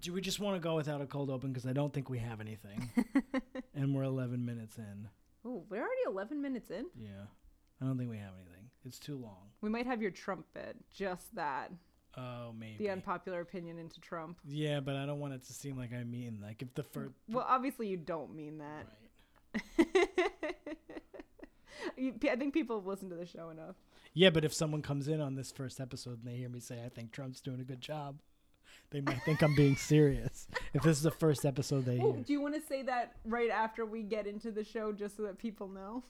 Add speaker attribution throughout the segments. Speaker 1: do we just want to go without a cold open? Because I don't think we have anything, and we're 11 minutes in.
Speaker 2: Ooh, we're already 11 minutes in.
Speaker 1: Yeah, I don't think we have anything. It's too long.
Speaker 2: We might have your Trump bit. Just that.
Speaker 1: Oh, maybe.
Speaker 2: The unpopular opinion into Trump.
Speaker 1: yeah, but I don't want it to seem like I mean like if the first.
Speaker 2: Well, obviously, you don't mean that.
Speaker 1: Right.
Speaker 2: You- I think people have listened to the show enough.
Speaker 1: Yeah, but if someone comes in on this first episode and they hear me say I think Trump's doing a good job, they might think I'm being serious. If this is the first episode they
Speaker 2: Ooh,
Speaker 1: hear.
Speaker 2: do you want to say that right after we get into the show just so that people know?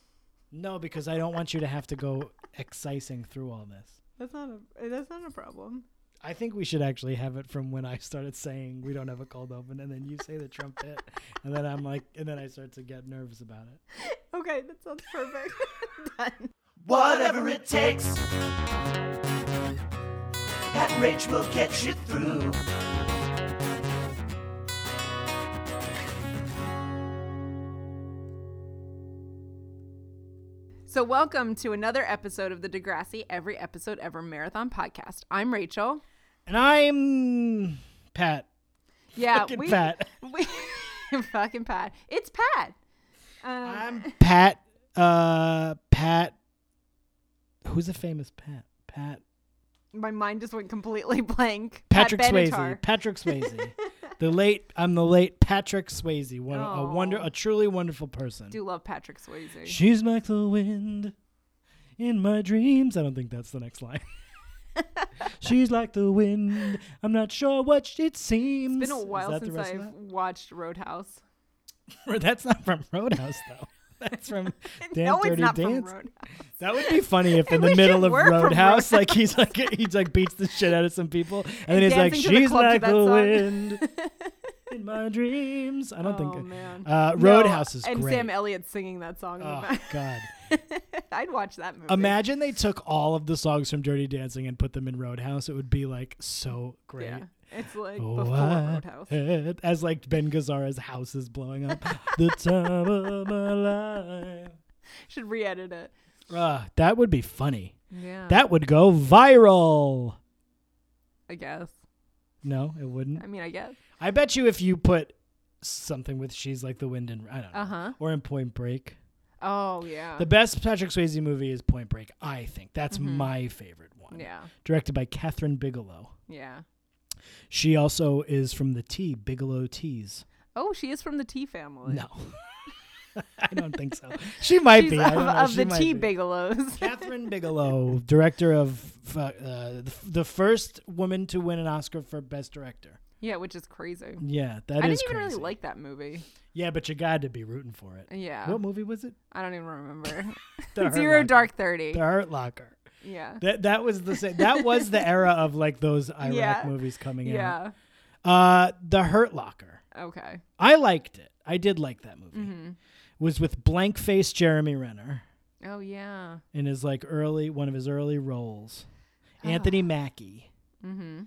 Speaker 1: No, because I don't want you to have to go excising through all this.
Speaker 2: That's not a that's not a problem.
Speaker 1: I think we should actually have it from when I started saying we don't have a cold open, and then you say the Trump hit, and then I'm like, and then I start to get nervous about it.
Speaker 2: Okay, that sounds perfect. Done.
Speaker 3: Whatever it takes. That rage will get you through.
Speaker 2: So welcome to another episode of the Degrassi Every Episode Ever Marathon podcast. I'm Rachel.
Speaker 1: And I'm Pat.
Speaker 2: Yeah,
Speaker 1: Fucking
Speaker 2: we,
Speaker 1: Pat.
Speaker 2: We, fucking Pat. It's Pat. Um,
Speaker 1: I'm Pat. Uh, Pat. Who's a famous Pat? Pat.
Speaker 2: my mind just went completely blank.
Speaker 1: Patrick
Speaker 2: Pat
Speaker 1: Swayze. Patrick Swayze. the late. I'm the late Patrick Swayze. One, a wonder,
Speaker 2: Oh.
Speaker 1: a truly wonderful person.
Speaker 2: I do love Patrick Swayze.
Speaker 1: She's like the wind in my dreams. I don't think that's the next line. She's like the wind. I'm not sure what sh- it seems.
Speaker 2: It's been a
Speaker 1: Is
Speaker 2: while
Speaker 1: that the
Speaker 2: since
Speaker 1: rest of
Speaker 2: I've watched Roadhouse.
Speaker 1: that? That's not from Roadhouse though. That's from Dan
Speaker 2: no,
Speaker 1: Dirty
Speaker 2: it's not
Speaker 1: Dance.
Speaker 2: from Roadhouse.
Speaker 1: That would be funny if in the
Speaker 2: We should
Speaker 1: middle of
Speaker 2: work from
Speaker 1: Roadhouse, like he's like he's like beats the shit out of some people, and, then he's like,
Speaker 2: dancing to the
Speaker 1: "She's
Speaker 2: club to
Speaker 1: like
Speaker 2: that
Speaker 1: the
Speaker 2: song."
Speaker 1: wind in my dreams." I don't
Speaker 2: Oh,
Speaker 1: think
Speaker 2: man.
Speaker 1: uh,
Speaker 2: No,
Speaker 1: Roadhouse is
Speaker 2: and
Speaker 1: great.
Speaker 2: Sam Elliott singing that song. in the
Speaker 1: oh
Speaker 2: back.
Speaker 1: God.
Speaker 2: I'd watch that movie.
Speaker 1: Imagine they took all of the songs from Dirty Dancing and put them in Roadhouse. It would be like so great.
Speaker 2: Yeah, it's like
Speaker 1: Oh,
Speaker 2: before
Speaker 1: I
Speaker 2: Roadhouse.
Speaker 1: had- As like Ben Gazzara's house is blowing up. the time of my life.
Speaker 2: Should re-edit it.
Speaker 1: Ah, that would be funny.
Speaker 2: Yeah,
Speaker 1: That would go viral.
Speaker 2: I guess.
Speaker 1: No, it wouldn't.
Speaker 2: I mean, I guess.
Speaker 1: I bet you if you put something with "She's Like the Wind" in, I don't know,
Speaker 2: Uh-huh.
Speaker 1: or in Point Break.
Speaker 2: Oh yeah.
Speaker 1: The best Patrick Swayze movie is Point Break. I think that's my favorite one.
Speaker 2: Mm-hmm. yeah,
Speaker 1: Directed by Catherine Bigelow.
Speaker 2: yeah.
Speaker 1: She also is from the T, Bigelow Teas.
Speaker 2: Oh, she is from the T family.
Speaker 1: No. I don't think so. She might
Speaker 2: She's
Speaker 1: be. I
Speaker 2: of,
Speaker 1: don't know.
Speaker 2: of
Speaker 1: She
Speaker 2: the
Speaker 1: might
Speaker 2: T
Speaker 1: be.
Speaker 2: Bigelows.
Speaker 1: Catherine Bigelow, director of fu- uh, the f- the first woman to win an Oscar for Best Director.
Speaker 2: yeah, which is crazy.
Speaker 1: Yeah, that is
Speaker 2: I didn't even
Speaker 1: crazy.
Speaker 2: really like that movie.
Speaker 1: yeah, but you got to be rooting for it.
Speaker 2: Yeah,
Speaker 1: What movie was it?
Speaker 2: I don't even remember.
Speaker 1: The Hurt
Speaker 2: Zero
Speaker 1: Locker.
Speaker 2: Dark Thirty.
Speaker 1: The Hurt Locker.
Speaker 2: Yeah.
Speaker 1: That that was the sa- that was the era of like those Iraq
Speaker 2: Yeah.
Speaker 1: movies coming out.
Speaker 2: Yeah.
Speaker 1: Uh, The Hurt Locker.
Speaker 2: Okay.
Speaker 1: I liked it. I did like that movie.
Speaker 2: Mm-hmm.
Speaker 1: Was with blank face Jeremy Renner.
Speaker 2: Oh yeah.
Speaker 1: in his like early one of his early roles.
Speaker 2: Ah.
Speaker 1: Anthony Mackie.
Speaker 2: Mm-hmm.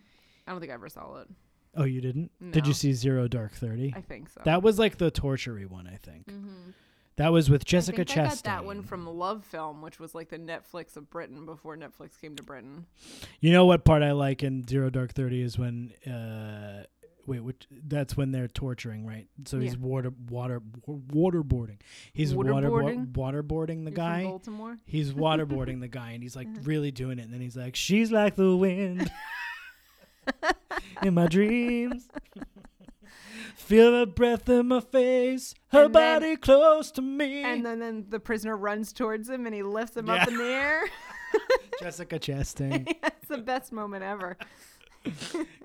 Speaker 2: I don't think I ever saw it.
Speaker 1: Oh, you didn't? Did
Speaker 2: No.
Speaker 1: you see Zero Dark Thirty?
Speaker 2: I think so. Mm-hmm.
Speaker 1: That was like the tortury one, I think. That was with
Speaker 2: I
Speaker 1: Jessica
Speaker 2: think
Speaker 1: Chastain.
Speaker 2: I got that one from Love Film, which was like the Netflix of Britain before Netflix came to Britain.
Speaker 1: you know what part I like in Zero Dark Thirty is when uh wait, which that's when they're torturing, right? So he's
Speaker 2: Yeah.
Speaker 1: water water waterboarding. He's waterboarding
Speaker 2: Waterboarding?
Speaker 1: waterboarding the
Speaker 2: You're from Uh-huh.
Speaker 1: guy.
Speaker 2: Baltimore.
Speaker 1: He's waterboarding the guy and he's like really doing it. And then he's like, She's like the wind in my dreams. Feel her breath in my face, her
Speaker 2: And then-
Speaker 1: body close to me.
Speaker 2: And then, then the prisoner runs towards him and he lifts him
Speaker 1: Yeah.
Speaker 2: up in the air.
Speaker 1: Jessica Chastain.
Speaker 2: That's the best moment ever.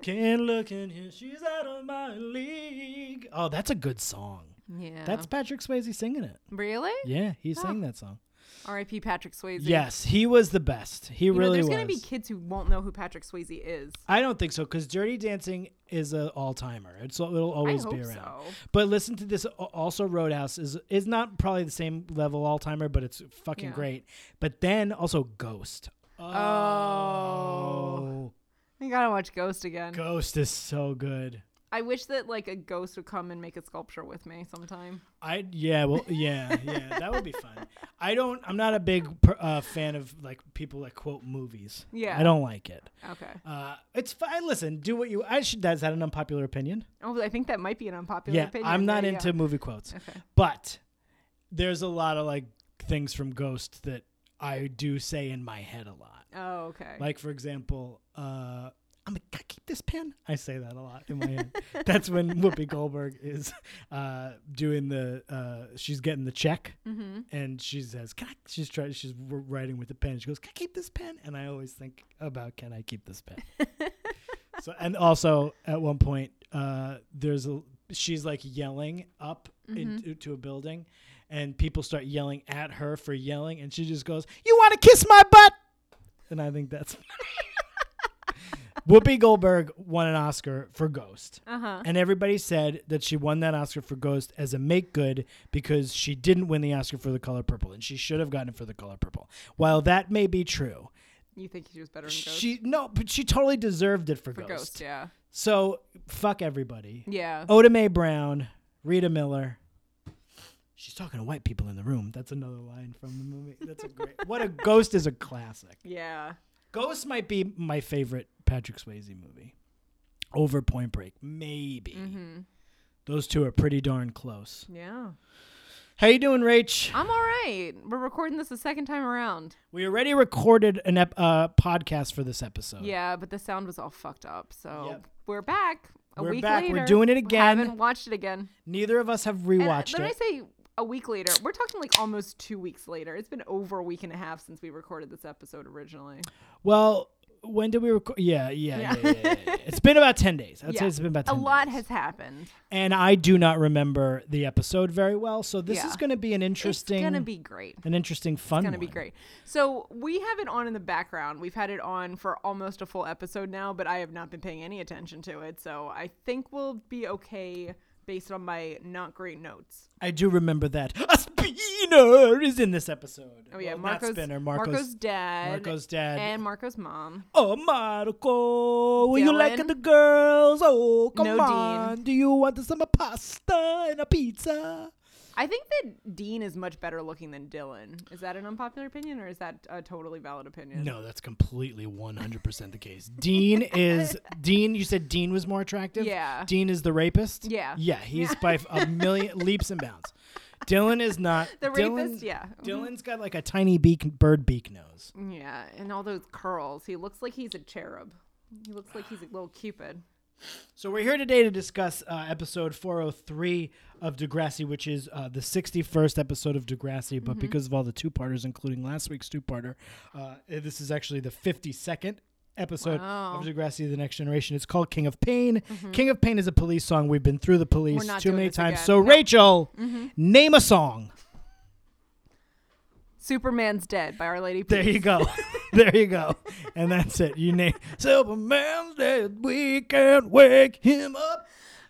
Speaker 1: Can't look in here, she's out of my league. Oh, that's a good song.
Speaker 2: Yeah.
Speaker 1: That's Patrick Swayze singing it.
Speaker 2: really
Speaker 1: Yeah, he sang that song.
Speaker 2: R.I.P. Patrick Swayze.
Speaker 1: Yes, he was the best. He
Speaker 2: You know,
Speaker 1: really
Speaker 2: there's
Speaker 1: was.
Speaker 2: gonna be kids who won't know who Patrick Swayze is.
Speaker 1: I don't think so because Dirty Dancing is an all timer. It's it'll always be
Speaker 2: hope
Speaker 1: around.
Speaker 2: so.
Speaker 1: But listen to this. a- Also, Roadhouse is is not probably the same level all timer, but it's fucking
Speaker 2: Yeah.
Speaker 1: great. But then also Ghost.
Speaker 2: Oh. I gotta watch Ghost again.
Speaker 1: Ghost is so good.
Speaker 2: I wish that like a ghost would come and make a sculpture with me sometime.
Speaker 1: I yeah well yeah yeah that would be fun. I don't. I'm not a big per- uh, fan of like people that quote movies.
Speaker 2: Yeah.
Speaker 1: I don't like it.
Speaker 2: Okay.
Speaker 1: Uh, it's fine. Listen, do what you. I should. That's that an unpopular opinion.
Speaker 2: Oh, I think that might be an unpopular
Speaker 1: yeah,
Speaker 2: opinion.
Speaker 1: I'm not
Speaker 2: Yeah, yeah.
Speaker 1: into movie quotes,
Speaker 2: Okay.
Speaker 1: but there's a lot of like things from Ghost that I do say in my head a lot.
Speaker 2: Oh, okay.
Speaker 1: Like for example, uh, I'm like, "Can I keep this pen. I say that a lot in my head. That's when Whoopi Goldberg is uh, doing the. Uh, she's getting the check,
Speaker 2: mm-hmm.
Speaker 1: and she says, "Can I?" She's trying. She's w- writing with a pen. She goes, "Can I keep this pen?" And I always think about, "Can I keep this pen?" so, and also at one point, uh, there's a. She's like yelling up into to a building, and people start yelling at her for yelling, and she just goes, "You want to kiss my butt?" And I think that's. Whoopi Goldberg won an Oscar for Ghost.
Speaker 2: Uh huh.
Speaker 1: And everybody said that she won that Oscar for Ghost as a make good because she didn't win the Oscar for The Color Purple and she should have gotten it for The Color Purple. While that may be true,
Speaker 2: You think she was better than ghost?
Speaker 1: she no, but she totally deserved it for,
Speaker 2: For
Speaker 1: Ghost.
Speaker 2: ghost, yeah.
Speaker 1: So fuck everybody.
Speaker 2: Yeah.
Speaker 1: Oda Mae Brown, Rita Miller. She's talking to white people in the room. That's another line from the movie. That's a great. what a Ghost is a classic.
Speaker 2: Yeah.
Speaker 1: Ghost might be my favorite Patrick Swayze movie. Over Point Break, maybe.
Speaker 2: Mm-hmm.
Speaker 1: Those two are pretty darn close.
Speaker 2: Yeah.
Speaker 1: How you doing, Rach?
Speaker 2: I'm all right. We're recording this the second time around.
Speaker 1: We already recorded an ep- uh, podcast for this episode.
Speaker 2: Yeah, but the sound was all fucked up. So
Speaker 1: Oh. Yep.
Speaker 2: we're back. A
Speaker 1: We're
Speaker 2: week
Speaker 1: back. We're
Speaker 2: later.
Speaker 1: doing it
Speaker 2: We
Speaker 1: again.
Speaker 2: Haven't watched it again.
Speaker 1: Neither of us have
Speaker 2: And uh,
Speaker 1: rewatched
Speaker 2: when
Speaker 1: it.
Speaker 2: I say a week later, we're talking like almost two weeks later. It's been over a week and a half since we recorded this episode originally.
Speaker 1: well, when did we record? Yeah, yeah, yeah.
Speaker 2: Yeah.
Speaker 1: yeah, yeah, yeah. it's been about ten days. I'd say
Speaker 2: Yeah.
Speaker 1: it's been about
Speaker 2: A
Speaker 1: 10
Speaker 2: lot
Speaker 1: days.
Speaker 2: has happened.
Speaker 1: and I do not remember the episode very well. So this
Speaker 2: Yeah.
Speaker 1: is going to be an interesting,
Speaker 2: It's gonna be great.
Speaker 1: an interesting fun.
Speaker 2: It's gonna be
Speaker 1: one.
Speaker 2: great. So we have it on in the background. We've had it on for almost a full episode now, but I have not been paying any attention to it. So I think we'll be okay based on my not great notes.
Speaker 1: I do remember that a spinner is in this episode.
Speaker 2: Oh yeah,
Speaker 1: well,
Speaker 2: Marco's
Speaker 1: not spinner.
Speaker 2: Marco's,
Speaker 1: Marco's,
Speaker 2: dad,
Speaker 1: Marco's dad.
Speaker 2: and Marco's mom.
Speaker 1: Oh, Marco, were you
Speaker 2: Dylan?
Speaker 1: liking the girls? Oh, come
Speaker 2: No, Dean.
Speaker 1: on. Do you want some pasta and a pizza?
Speaker 2: I think that Dean is much better looking than Dylan. Is that an unpopular opinion or is that a totally valid opinion?
Speaker 1: No, that's completely 100% the case. Dean is Dean, you said Dean was more attractive?
Speaker 2: Yeah.
Speaker 1: Dean is the rapist?
Speaker 2: Yeah.
Speaker 1: Yeah, he's by a million leaps and bounds. Dylan is not
Speaker 2: The
Speaker 1: Dylan-
Speaker 2: rapist, yeah. Mm-hmm.
Speaker 1: Dylan's got like a tiny beak bird beak nose.
Speaker 2: Yeah, and all those curls. He looks like he's a cherub. He looks like he's a little cupid.
Speaker 1: So we're here today to discuss uh, episode 403 of Degrassi, which is uh, the 61st episode of Degrassi.
Speaker 2: Mm-hmm.
Speaker 1: But because of all the two-parters, including last week's two-parter, uh, this is actually the 52nd episode
Speaker 2: Wow. Mm-hmm.
Speaker 1: of Degrassi: The Next Generation. It's called "King of Pain." "King of Pain" is a police song. We've been through the police
Speaker 2: We're not
Speaker 1: too
Speaker 2: doing
Speaker 1: many
Speaker 2: this
Speaker 1: times.
Speaker 2: again.
Speaker 1: So
Speaker 2: No. Mm-hmm.
Speaker 1: Rachel, name a song.
Speaker 2: Superman's dead by Our Lady.
Speaker 1: There
Speaker 2: Peace.
Speaker 1: you go. there you go. And that's it. You name Superman's dead. We can't wake him up.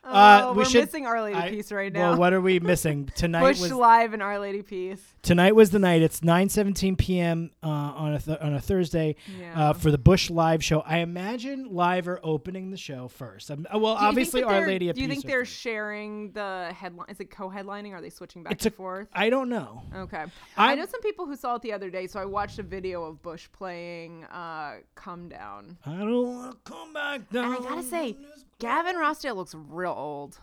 Speaker 2: Oh,
Speaker 1: Uh, we
Speaker 2: we're
Speaker 1: should-
Speaker 2: missing Our Lady
Speaker 1: I-
Speaker 2: Peace right now.
Speaker 1: Well, what are we missing tonight?
Speaker 2: Bush
Speaker 1: was
Speaker 2: Live and Our Lady Peace.
Speaker 1: tonight was the night. It's 9:17 p.m. Uh, on a th- on a Thursday
Speaker 2: Yeah.
Speaker 1: uh, for the Bush Live show. I imagine live are opening the show first. Um, uh, well,
Speaker 2: Do you think
Speaker 1: obviously
Speaker 2: that
Speaker 1: Our
Speaker 2: they're-
Speaker 1: Lady of
Speaker 2: Do you
Speaker 1: Peace
Speaker 2: think
Speaker 1: are
Speaker 2: they're
Speaker 1: first.
Speaker 2: sharing the headline? Is it co-headlining? Are they switching back
Speaker 1: It's
Speaker 2: and
Speaker 1: a-
Speaker 2: forth?
Speaker 1: I don't know.
Speaker 2: Okay. i
Speaker 1: I'm-
Speaker 2: know some people who saw it the other day, so I watched a video of Bush playing uh, Come Down.
Speaker 1: I don't want to come back down.
Speaker 2: And I gotta say, Gavin Rossdale looks real old.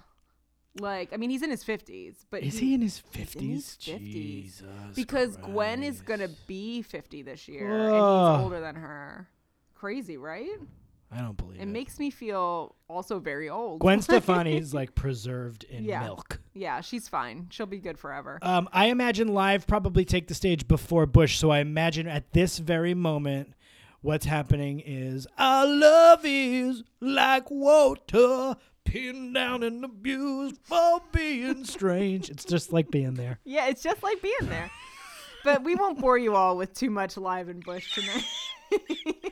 Speaker 2: Like, I mean, he's in his 50s, but
Speaker 1: is he in his
Speaker 2: he's in his
Speaker 1: fifties?
Speaker 2: 50s.
Speaker 1: Jesus,
Speaker 2: because
Speaker 1: Christ.
Speaker 2: Gwen is gonna be 50 this year, and
Speaker 1: Ugh.
Speaker 2: he's older than her. Crazy, right?
Speaker 1: I don't believe it.
Speaker 2: It makes me feel also very old.
Speaker 1: Gwen Stefani is like preserved in
Speaker 2: Yeah.
Speaker 1: milk.
Speaker 2: Yeah, she's fine. She'll be good forever.
Speaker 1: Um, I imagine live probably take the stage before Bush, so I imagine at this very moment, what's happening is our love is like water pinned down and abused for being strange. it's just like being there.
Speaker 2: yeah, it's just like being there. but we won't bore you all with too much live and bush tonight.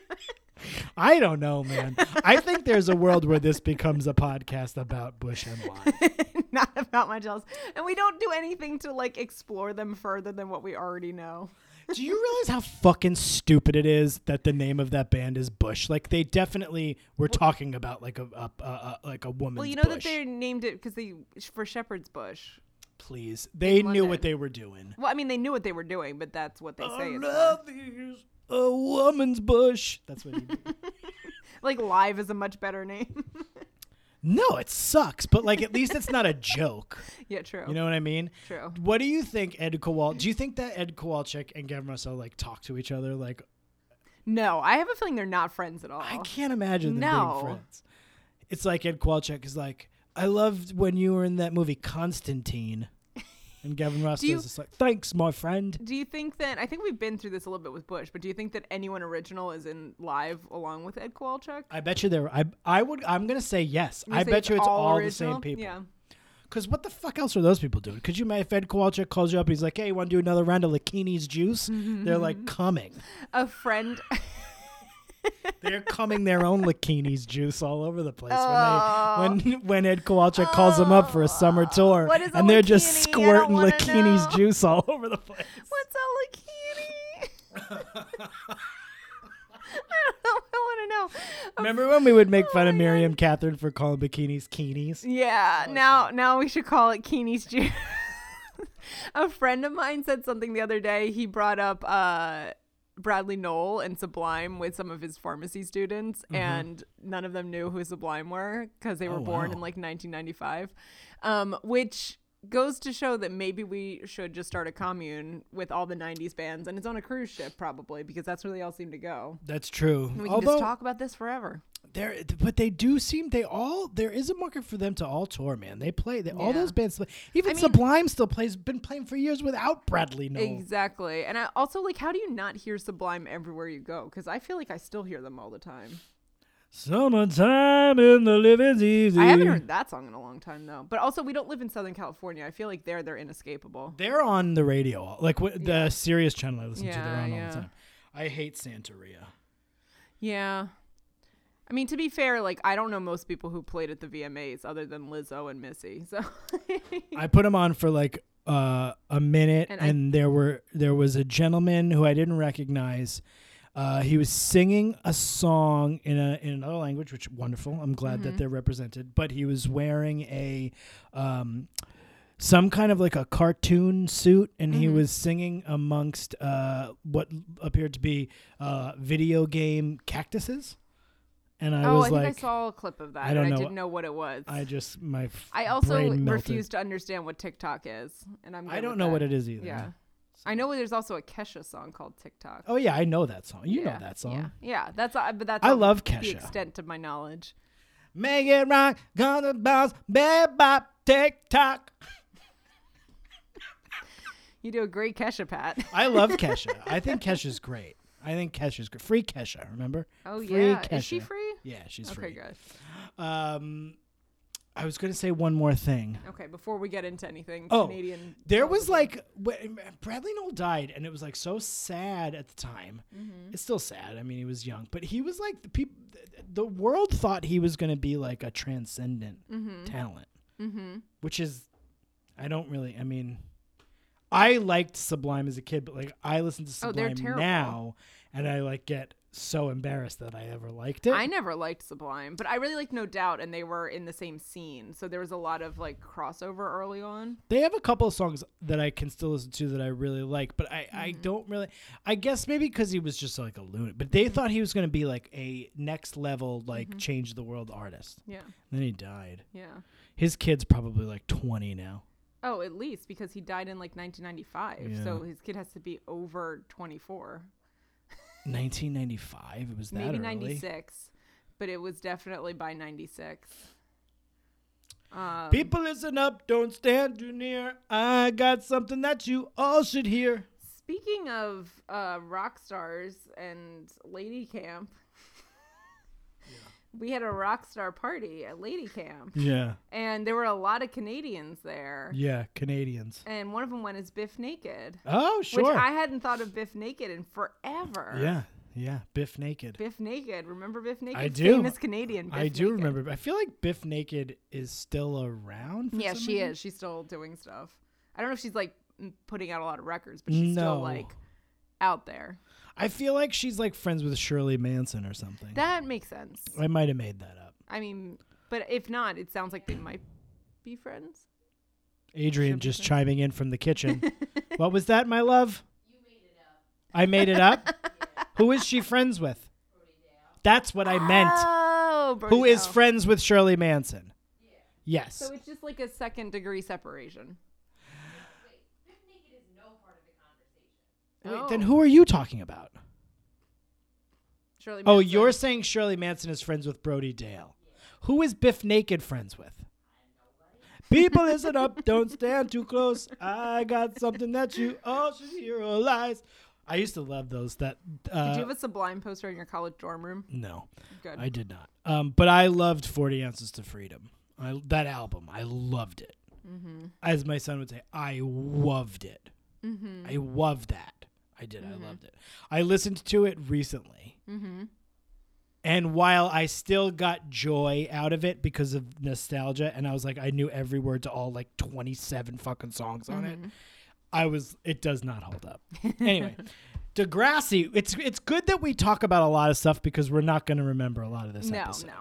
Speaker 1: I don't know, man. I think there's a world where this becomes a podcast about Bush and live.
Speaker 2: Not about much else. And we don't do anything to like explore them further than what we already know.
Speaker 1: Do you realize how fucking stupid it is that the name of that band is Bush? Like they definitely were talking about like a, a, a, a like a woman's
Speaker 2: Well, you know that
Speaker 1: bush.
Speaker 2: they named it because they for Shepherd's Bush.
Speaker 1: Please, they knew
Speaker 2: London.
Speaker 1: what they were doing.
Speaker 2: Well, I mean, they knew what they were doing, but that's what they
Speaker 1: Oh,
Speaker 2: say. It's
Speaker 1: is a woman's bush. That's what. He,
Speaker 2: like live is a much better name.
Speaker 1: no, it sucks, but like at least it's not a joke.
Speaker 2: yeah, true.
Speaker 1: You know what I mean?
Speaker 2: True.
Speaker 1: What do you think, Ed Kowal? Do you think that Ed Kowalczyk and Gavin Russell like talk to each other? Like,
Speaker 2: no, I have a feeling they're not friends at all.
Speaker 1: I can't imagine them
Speaker 2: Oh, No.
Speaker 1: being friends. It's like Ed Kowalczyk is like, I loved when you were in that movie Constantine, and Gavin Russell
Speaker 2: you-
Speaker 1: is just like, thanks, my friend.
Speaker 2: Do you think that I think we've been through this a little bit with Bush, but do you think that anyone original is in live along with Ed Kowalczyk?
Speaker 1: I bet you there. I I would. I'm gonna say yes.
Speaker 2: You
Speaker 1: I
Speaker 2: say
Speaker 1: bet you it's all, the
Speaker 2: original?
Speaker 1: same people.
Speaker 2: Yeah.
Speaker 1: Because what the fuck else are those people doing? Could you imagine if Ed Kowalczyk calls you up? He's like, hey, you want to do another round of Lakini's juice? They're like, coming.
Speaker 2: A friend
Speaker 1: They're coming their own Lakini's juice all over the place when they when when Ed Kowalczyk calls them up for a summer tour,
Speaker 2: What is a
Speaker 1: and they're just
Speaker 2: Lakini? I don't
Speaker 1: squirting
Speaker 2: wanna
Speaker 1: Lakini's
Speaker 2: know.
Speaker 1: juice all over the place.
Speaker 2: What's a lakini? I don't know. I want to know. A
Speaker 1: Remember when we would make fun of
Speaker 2: my God.
Speaker 1: Miriam Catherine for calling bikinis keenies?
Speaker 2: Yeah, now now we should call it Keeney's Jew. a friend of mine said something the other day. He brought up uh Bradley Knoll and Sublime with some of his pharmacy students, and none of them knew who Sublime were because they were
Speaker 1: Mm-hmm. Oh,
Speaker 2: born
Speaker 1: wow.
Speaker 2: in like 1995, um, which goes to show that maybe we should just start a commune with all the 90s bands, and it's on a cruise ship probably because that's where they all seem to go.
Speaker 1: That's true.
Speaker 2: And we can just
Speaker 1: Although
Speaker 2: talk about this forever.
Speaker 1: there, but they do seem they all there is a market for them to all tour. Man, they play they, all
Speaker 2: Yeah.
Speaker 1: those bands. Even
Speaker 2: I mean-
Speaker 1: Sublime still plays. Been playing for years without Bradley Knoll.
Speaker 2: Exactly. And I also like how do you not hear Sublime everywhere you go? Because I feel like I still hear them all the time.
Speaker 1: Summertime in the living's easy.
Speaker 2: I haven't heard that song in a long time though. But also we don't live in Southern California. I feel like there they're inescapable.
Speaker 1: They're on the radio, like wh- the serious channel I listen to. They're
Speaker 2: Yeah,
Speaker 1: on all
Speaker 2: yeah.
Speaker 1: the time. I hate Santeria.
Speaker 2: Yeah. I mean to be fair, like I don't know most people who played at the VMAs other than Lizzo and Missy. So
Speaker 1: I put them on for like uh, a minute,
Speaker 2: And
Speaker 1: and,
Speaker 2: I-
Speaker 1: there were there was a gentleman who I didn't recognize. Uh, he was singing a song in a in another language, which wonderful. I'm glad
Speaker 2: Mm-hmm.
Speaker 1: that they're represented. But he was wearing a um, some kind of like a cartoon suit, and
Speaker 2: Mm-hmm.
Speaker 1: he was singing amongst uh, what appeared to be uh, video game cactuses. And I
Speaker 2: Oh, I
Speaker 1: was
Speaker 2: think
Speaker 1: like,
Speaker 2: I saw a clip of that
Speaker 1: I don't
Speaker 2: and
Speaker 1: know.
Speaker 2: I didn't know what it was.
Speaker 1: I just my f-
Speaker 2: I also
Speaker 1: brain melted.
Speaker 2: refuse to understand what TikTok is. And I'm
Speaker 1: I don't know what it is either.
Speaker 2: Yeah. I know there's also a Kesha song called TikTok.
Speaker 1: Oh yeah, I know that song. You know that song.
Speaker 2: Yeah, yeah. That's uh, but that's
Speaker 1: I
Speaker 2: all
Speaker 1: love
Speaker 2: the
Speaker 1: Kesha.
Speaker 2: extent of my knowledge.
Speaker 1: Make it rock, gonna bounce, bebop, tick tock.
Speaker 2: You do a great Kesha pat.
Speaker 1: I love Kesha. I think Kesha's great. I think Kesha's great. Free Kesha, remember?
Speaker 2: Oh
Speaker 1: free
Speaker 2: yeah, is she
Speaker 1: Kesha.
Speaker 2: free?
Speaker 1: Yeah, she's
Speaker 2: Okay,
Speaker 1: free.
Speaker 2: good.
Speaker 1: Um, I was gonna say one more thing.
Speaker 2: Okay, before we get into anything,
Speaker 1: Oh,
Speaker 2: Canadian.
Speaker 1: There was like wh- Bradley Knoll died, and it was like so sad at the time.
Speaker 2: Mm-hmm.
Speaker 1: It's still sad. I mean, he was young, but he was like the people. The world thought he was going to be like a transcendent
Speaker 2: Mm-hmm.
Speaker 1: talent, which is, I don't really. I mean, I liked Sublime as a kid, but like I listen to
Speaker 2: Oh, they're
Speaker 1: Sublime
Speaker 2: terrible.
Speaker 1: now, and I like get so embarrassed that I ever liked it.
Speaker 2: I never liked Sublime, but I really liked No Doubt, and they were in the same scene, so there was a lot of like crossover early on.
Speaker 1: They have a couple of songs that I can still listen to that I really like, but I, I
Speaker 2: Mm-hmm.
Speaker 1: don't really. I guess maybe because he was just like a lunatic, but they thought he was going to be like a next level, like
Speaker 2: Mm-hmm.
Speaker 1: change the world artist.
Speaker 2: Yeah,
Speaker 1: then he died.
Speaker 2: yeah.
Speaker 1: His kid's probably like 20 now.
Speaker 2: Oh, at least because he died in like 1995,
Speaker 1: Yeah.
Speaker 2: so his kid has to be over 24.
Speaker 1: 1995? It was that
Speaker 2: maybe
Speaker 1: early.
Speaker 2: 96 but it was definitely by 96 um,
Speaker 1: People listen up, don't stand too near. I got something that you all should hear.
Speaker 2: speaking of uh, rock stars and lady camp we had a rock star party at lady camp
Speaker 1: Yeah,
Speaker 2: and there were a lot of canadians there
Speaker 1: yeah, Canadians.
Speaker 2: and one of them went as biff naked
Speaker 1: Oh, sure.
Speaker 2: which i hadn't thought of biff naked in forever
Speaker 1: yeah, yeah, Biff Naked.
Speaker 2: biff naked remember biff naked
Speaker 1: do.
Speaker 2: famous canadian biff
Speaker 1: I do
Speaker 2: Naked.
Speaker 1: remember. but I feel like Biff Naked is still around. for
Speaker 2: Yeah,
Speaker 1: some
Speaker 2: she
Speaker 1: reason.
Speaker 2: is. She's still doing stuff. I don't know if she's like m- putting out a lot of records, but she's still
Speaker 1: No.
Speaker 2: like out there.
Speaker 1: I feel like she's like friends with Shirley Manson or something.
Speaker 2: That makes sense.
Speaker 1: I might have made that up.
Speaker 2: I mean, but if not, it sounds like they might be friends.
Speaker 1: Adrian just chiming in from the kitchen. what was that, my love? You made it up. I made it up? Who is she friends with? That's what I meant.
Speaker 2: Oh, Brody
Speaker 1: Who is
Speaker 2: Dow.
Speaker 1: friends with Shirley Manson? Yes.
Speaker 2: So it's just like a second degree separation.
Speaker 1: Wait, Then
Speaker 2: Oh,
Speaker 1: who are you talking about?
Speaker 2: Shirley
Speaker 1: Oh,
Speaker 2: Manson.
Speaker 1: you're saying Shirley Manson is friends with Brody Dale. Who is Biff Naked friends with? People, listen up. Don't stand too close. I got something that you all should realize. I used to love those. That uh,
Speaker 2: Did you have a Sublime poster in your college dorm room?
Speaker 1: no,
Speaker 2: Good.
Speaker 1: I did not. Um, but I loved Forty Ounces to Freedom. I, that album, I loved it.
Speaker 2: Mm-hmm.
Speaker 1: As my son would say, I loved it.
Speaker 2: Mm-hmm.
Speaker 1: I loved that. I did. I loved it. I listened to it recently. And while I still got joy out of it because of nostalgia, and I was like, I knew every word to all like 27 fucking songs on it,
Speaker 2: Mm-hmm.
Speaker 1: I was, it does not hold up. anyway, Degrassi, it's, it's good that we talk about a lot of stuff because we're not going to remember a lot of this
Speaker 2: no,
Speaker 1: episode.
Speaker 2: no.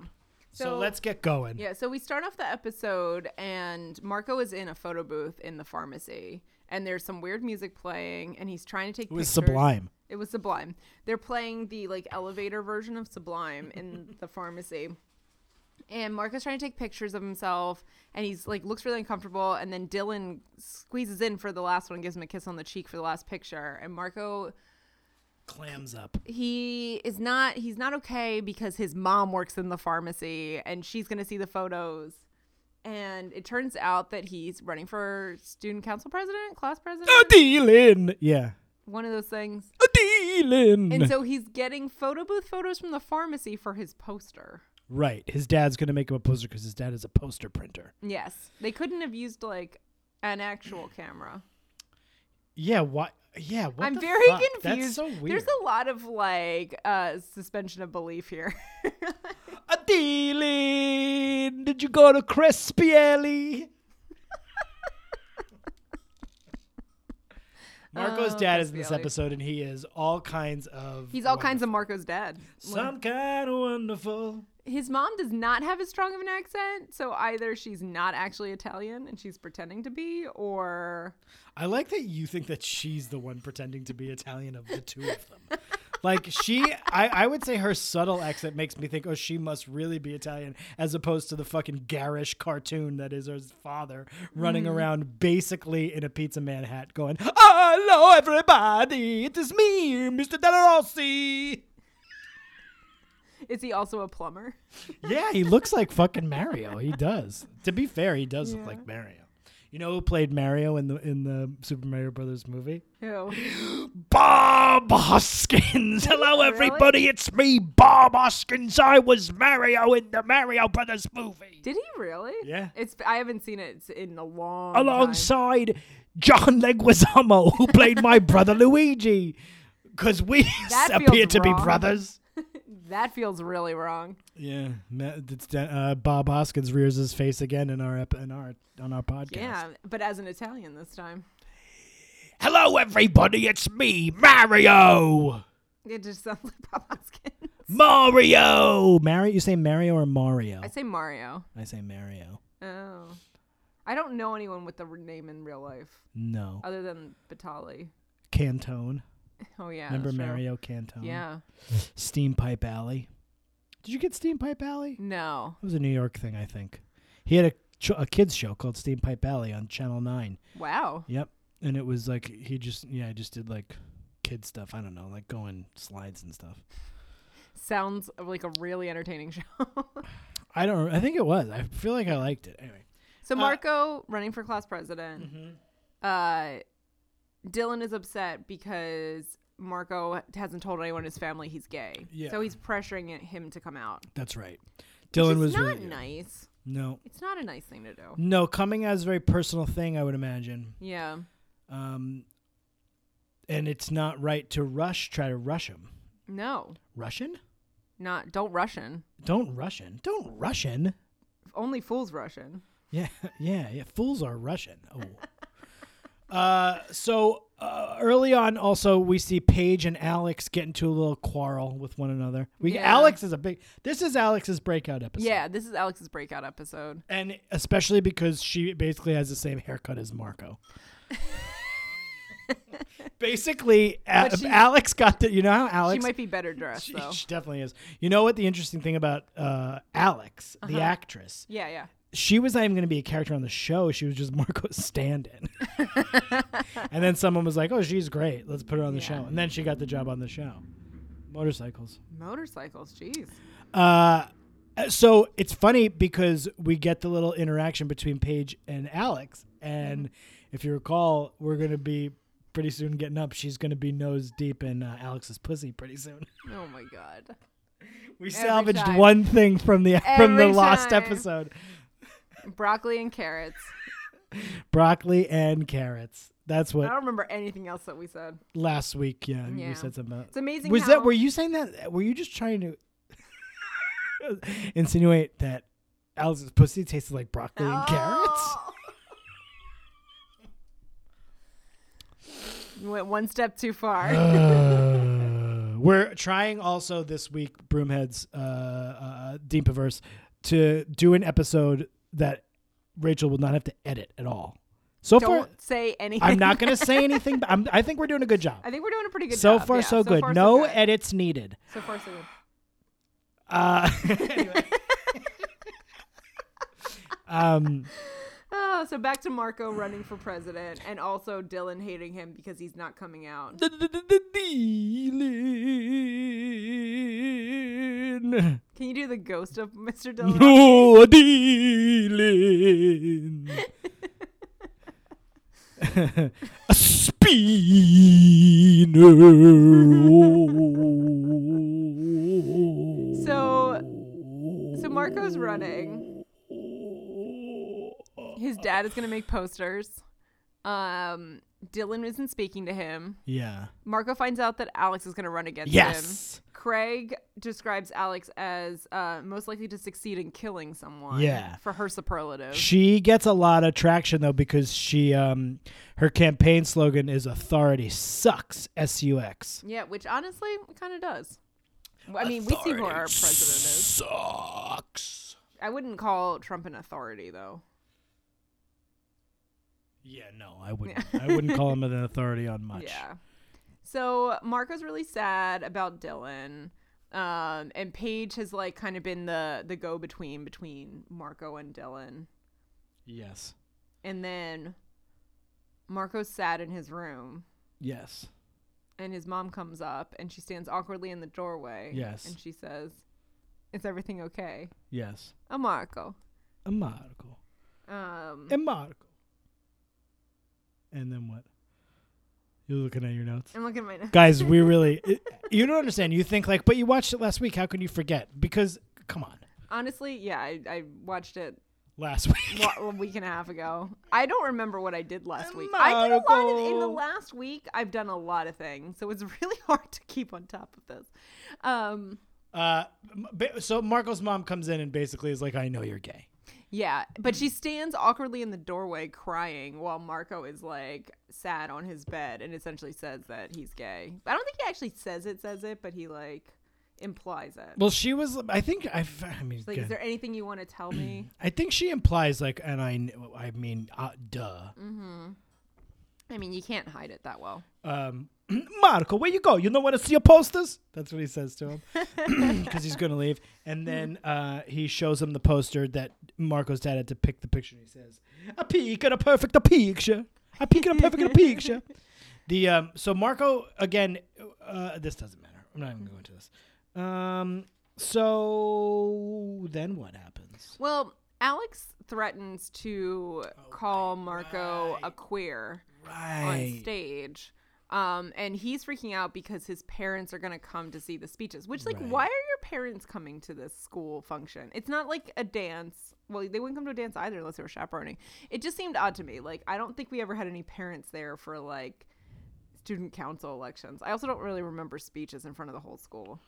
Speaker 1: So, let's get going.
Speaker 2: Yeah, so we start off the episode, and Marco is in a photo booth in the pharmacy, and there's some weird music playing, and he's trying to take
Speaker 1: it was
Speaker 2: pictures.
Speaker 1: sublime.
Speaker 2: It was Sublime. They're playing the like elevator version of Sublime in the pharmacy. And Marco's trying to take pictures of himself and he's like looks really uncomfortable and then Dylan squeezes in for the last one, gives him a kiss on the cheek for the last picture. And Marco
Speaker 1: Clams up.
Speaker 2: he is not he's not okay because his mom works in the pharmacy and she's going to see the photos. And it turns out that he's running for student council president, class president,
Speaker 1: A dealing. Yeah.
Speaker 2: one of those things.
Speaker 1: A dealing.
Speaker 2: And so he's getting photo booth photos from the pharmacy for his poster.
Speaker 1: right. His dad's going to make him a poster because his dad is a poster printer.
Speaker 2: Yes. They couldn't have used like an actual camera.
Speaker 1: Yeah. What? Yeah. What
Speaker 2: I'm
Speaker 1: the
Speaker 2: very
Speaker 1: fuck?
Speaker 2: confused.
Speaker 1: That's so weird.
Speaker 2: There's a lot of like uh suspension of belief here.
Speaker 1: A dealing. Did you go to Crespielli? Marco's
Speaker 2: Oh,
Speaker 1: dad is in this
Speaker 2: Crespielli.
Speaker 1: episode, and he is all kinds of.
Speaker 2: He's all kinds of Marco's dad.
Speaker 1: Some kind of wonderful.
Speaker 2: His mom does not have as strong of an accent, so either she's not actually Italian and she's pretending to be, or
Speaker 1: I like that you think that she's the one pretending to be Italian of the two of them. like she, I, I would say her subtle accent makes me think, oh, she must really be Italian, as opposed to the fucking garish cartoon that is her father running around basically in a pizza man hat, going, "Hello, everybody, it is me, Mr. Della Rossi."
Speaker 2: is he also a plumber?
Speaker 1: yeah, he looks like fucking Mario. He does. To be fair, he does look like Mario. You know who played Mario in the in the Super Mario Brothers movie?
Speaker 2: Who?
Speaker 1: Bob Hoskins. Hello,
Speaker 2: Really?
Speaker 1: everybody. It's me, Bob Hoskins. I was Mario in the Mario Brothers movie.
Speaker 2: Did he really?
Speaker 1: Yeah.
Speaker 2: It's I haven't seen it in a long time.
Speaker 1: Alongside John Leguizamo, who played my brother Luigi. Because we
Speaker 2: That
Speaker 1: appear
Speaker 2: feels
Speaker 1: to be
Speaker 2: wrong.
Speaker 1: brothers.
Speaker 2: That feels really wrong.
Speaker 1: Yeah, uh, Bob Hoskins rears his face again in our in our on our podcast.
Speaker 2: Yeah, but as an Italian this time.
Speaker 1: Hello, everybody. It's me, Mario.
Speaker 2: It just sounds like Bob Hoskins.
Speaker 1: Oh. Mario. Mario. You say Mario or Mario?
Speaker 2: I say Mario.
Speaker 1: I say Mario.
Speaker 2: Oh. I don't know anyone with the r- name in real life
Speaker 1: No.
Speaker 2: other than Batali.
Speaker 1: Cantone.
Speaker 2: Oh, yeah.
Speaker 1: Remember
Speaker 2: that's true.
Speaker 1: Mario Cantone?
Speaker 2: Yeah.
Speaker 1: Steam Pipe Alley. Did you get Steam Pipe Alley? It
Speaker 2: No.
Speaker 1: was a New York thing, I think. He had a, ch- a kids show called Steam Pipe Alley on Channel 9.
Speaker 2: Wow.
Speaker 1: Yep. And it was like, he just, yeah, I just did like kid stuff. I don't know, like going slides and stuff.
Speaker 2: Sounds like a really entertaining show.
Speaker 1: I don't, I think it was. I feel like I liked it. Anyway.
Speaker 2: so,
Speaker 1: Uh,
Speaker 2: Marco running for class president. Uh, Dylan is upset because Marco hasn't told anyone in his family he's gay.
Speaker 1: Yeah.
Speaker 2: So, he's pressuring it- him to come out.
Speaker 1: That's right.
Speaker 2: Which
Speaker 1: Dylan
Speaker 2: is
Speaker 1: was
Speaker 2: not
Speaker 1: really-
Speaker 2: nice.
Speaker 1: No.
Speaker 2: It's not a nice thing to do.
Speaker 1: No, coming out is a very personal thing, I would imagine.
Speaker 2: Yeah.
Speaker 1: Um, and it's not right to rush, try to rush him.
Speaker 2: No.
Speaker 1: Russian?
Speaker 2: Not don't Russian.
Speaker 1: Don't Russian. Don't Russian.
Speaker 2: Only fools Russian.
Speaker 1: Yeah, yeah, yeah. Fools are Russian. Oh. Uh, so uh, early on, also we see Paige and Alex get into a little quarrel with one another. We
Speaker 2: Yeah.
Speaker 1: Alex is a big. This is Alex's breakout episode.
Speaker 2: Yeah, this is Alex's breakout episode.
Speaker 1: and especially because she basically has the same haircut as Marco. basically, A-
Speaker 2: she-
Speaker 1: Alex got the. You know how Alex
Speaker 2: she might be better dressed
Speaker 1: She,
Speaker 2: though.
Speaker 1: she definitely is. You know what the interesting thing about uh, Alex,
Speaker 2: Uh-huh.
Speaker 1: the actress,
Speaker 2: yeah, yeah.
Speaker 1: she was not even going to be a character on the show. She was just Marco's stand-in. and then someone was like, "Oh, she's great. Let's put her on the
Speaker 2: Yeah.
Speaker 1: show." And then she got the job on the show. Motorcycles.
Speaker 2: Motorcycles, jeez.
Speaker 1: Uh, so it's funny because we get the little interaction between Paige and Alex, and
Speaker 2: Mm-hmm.
Speaker 1: if you recall, we're going to be pretty soon getting up. She's going to be nose deep in uh, Alex's pussy pretty soon.
Speaker 2: Oh my god.
Speaker 1: We
Speaker 2: Every
Speaker 1: salvaged
Speaker 2: time.
Speaker 1: one thing from the from the
Speaker 2: Every
Speaker 1: last
Speaker 2: time.
Speaker 1: episode:
Speaker 2: Broccoli and carrots.
Speaker 1: broccoli and carrots. That's
Speaker 2: I
Speaker 1: what
Speaker 2: don't remember anything else that we said.
Speaker 1: last week. Yeah,
Speaker 2: Yeah.
Speaker 1: you said something about.
Speaker 2: It's amazing.
Speaker 1: Was
Speaker 2: how-
Speaker 1: that were you saying that? Were you just trying to insinuate that Alex's pussy tasted like broccoli and carrots?
Speaker 2: Oh. You went one step too far.
Speaker 1: Uh, we're trying also this week, Broomheads, uh, uh, Dean Perverse, to do an episode that Rachel will not have to edit at all. So far,
Speaker 2: Don't say anything.
Speaker 1: I'm not going to say anything, but I'm, I think we're doing a good job.
Speaker 2: I think we're doing a pretty good
Speaker 1: so
Speaker 2: job.
Speaker 1: far,
Speaker 2: yeah.
Speaker 1: so good.
Speaker 2: far,
Speaker 1: no e-
Speaker 2: so good.
Speaker 1: edits needed.
Speaker 2: So far, so good.
Speaker 1: Uh, anyway. um,
Speaker 2: Oh, so back to Marco running for president, and also Dylan hating him because he's not coming out.
Speaker 1: Dylan.
Speaker 2: Can you do the ghost of Mr. Dylan?
Speaker 1: No dealing. A spinner.
Speaker 2: So- So Marco's running. His dad is gonna make posters. Um, Dylan isn't speaking to him.
Speaker 1: yeah.
Speaker 2: Marco finds out that Alex is gonna run against him.
Speaker 1: Yes.
Speaker 2: Craig describes Alex as uh, most likely to succeed in killing someone.
Speaker 1: Yeah.
Speaker 2: For her superlative.
Speaker 1: She gets a lot of traction though because she um her campaign slogan is authority sucks S U X.
Speaker 2: yeah, which honestly kind of does. I mean, we see who our president is.
Speaker 1: Sucks.
Speaker 2: I wouldn't call Trump an authority though.
Speaker 1: Yeah, no, I wouldn't. I wouldn't call him an authority on much.
Speaker 2: Yeah. So Marco's really sad about Dylan. Um, and Paige has like kind of been the the go between between Marco and Dylan.
Speaker 1: Yes.
Speaker 2: And then Marco's sad in his room
Speaker 1: Yes.
Speaker 2: and his mom comes up and she stands awkwardly in the doorway.
Speaker 1: Yes.
Speaker 2: And she says, Is everything okay?
Speaker 1: Yes.
Speaker 2: A Marco.
Speaker 1: A Marco.
Speaker 2: Um
Speaker 1: A Marco. And then what? You're looking at your notes.
Speaker 2: I'm looking at my notes.
Speaker 1: Guys, we really it- you don't understand. You think like, but you watched it last week. How can you forget? Because come on.
Speaker 2: Honestly, yeah, I, I watched it
Speaker 1: Last week.
Speaker 2: wa- a week and a half ago. I don't remember what I did last week. I did a lot of, in the
Speaker 1: Marco.
Speaker 2: last week. I've done a lot of things, so it's really hard to keep on top of this. Um,
Speaker 1: Uh, ba- so Marco's mom comes in and basically is like, "I know you're gay."
Speaker 2: yeah, but she stands awkwardly in the doorway crying while Marco is like sad on his bed and essentially says that he's gay. I don't think he actually says it, says it, but he like implies it.
Speaker 1: Well, she was. I think I. I mean,
Speaker 2: like, is there anything you want to tell me?
Speaker 1: I think she implies like, and I. kn- I mean, uh, duh.
Speaker 2: I mean, you can't hide it that well.
Speaker 1: um, Marco, where you go? You know want to see your posters? That's what he says to him because he's going to leave. And then uh, he shows him the poster that Marco's dad had to pick the picture. And he says, "A peek at a perfect a picture. A peek at a perfect a picture." The um, so Marco again. Uh, this doesn't matter. I'm not even going to this. Um, so then what happens?
Speaker 2: Well, Alex threatens to call Marco a queer on
Speaker 1: Right.
Speaker 2: stage. Um, and he's freaking out because his parents are going to come to see the speeches, which, like,
Speaker 1: Right.
Speaker 2: why are your parents coming to this school function? It's not like a dance. Well, they wouldn't come to a dance either unless they were chaperoning. It just seemed odd to me. Like, I don't think we ever had any parents there for, like, student council elections. I also don't really remember speeches in front of the whole school.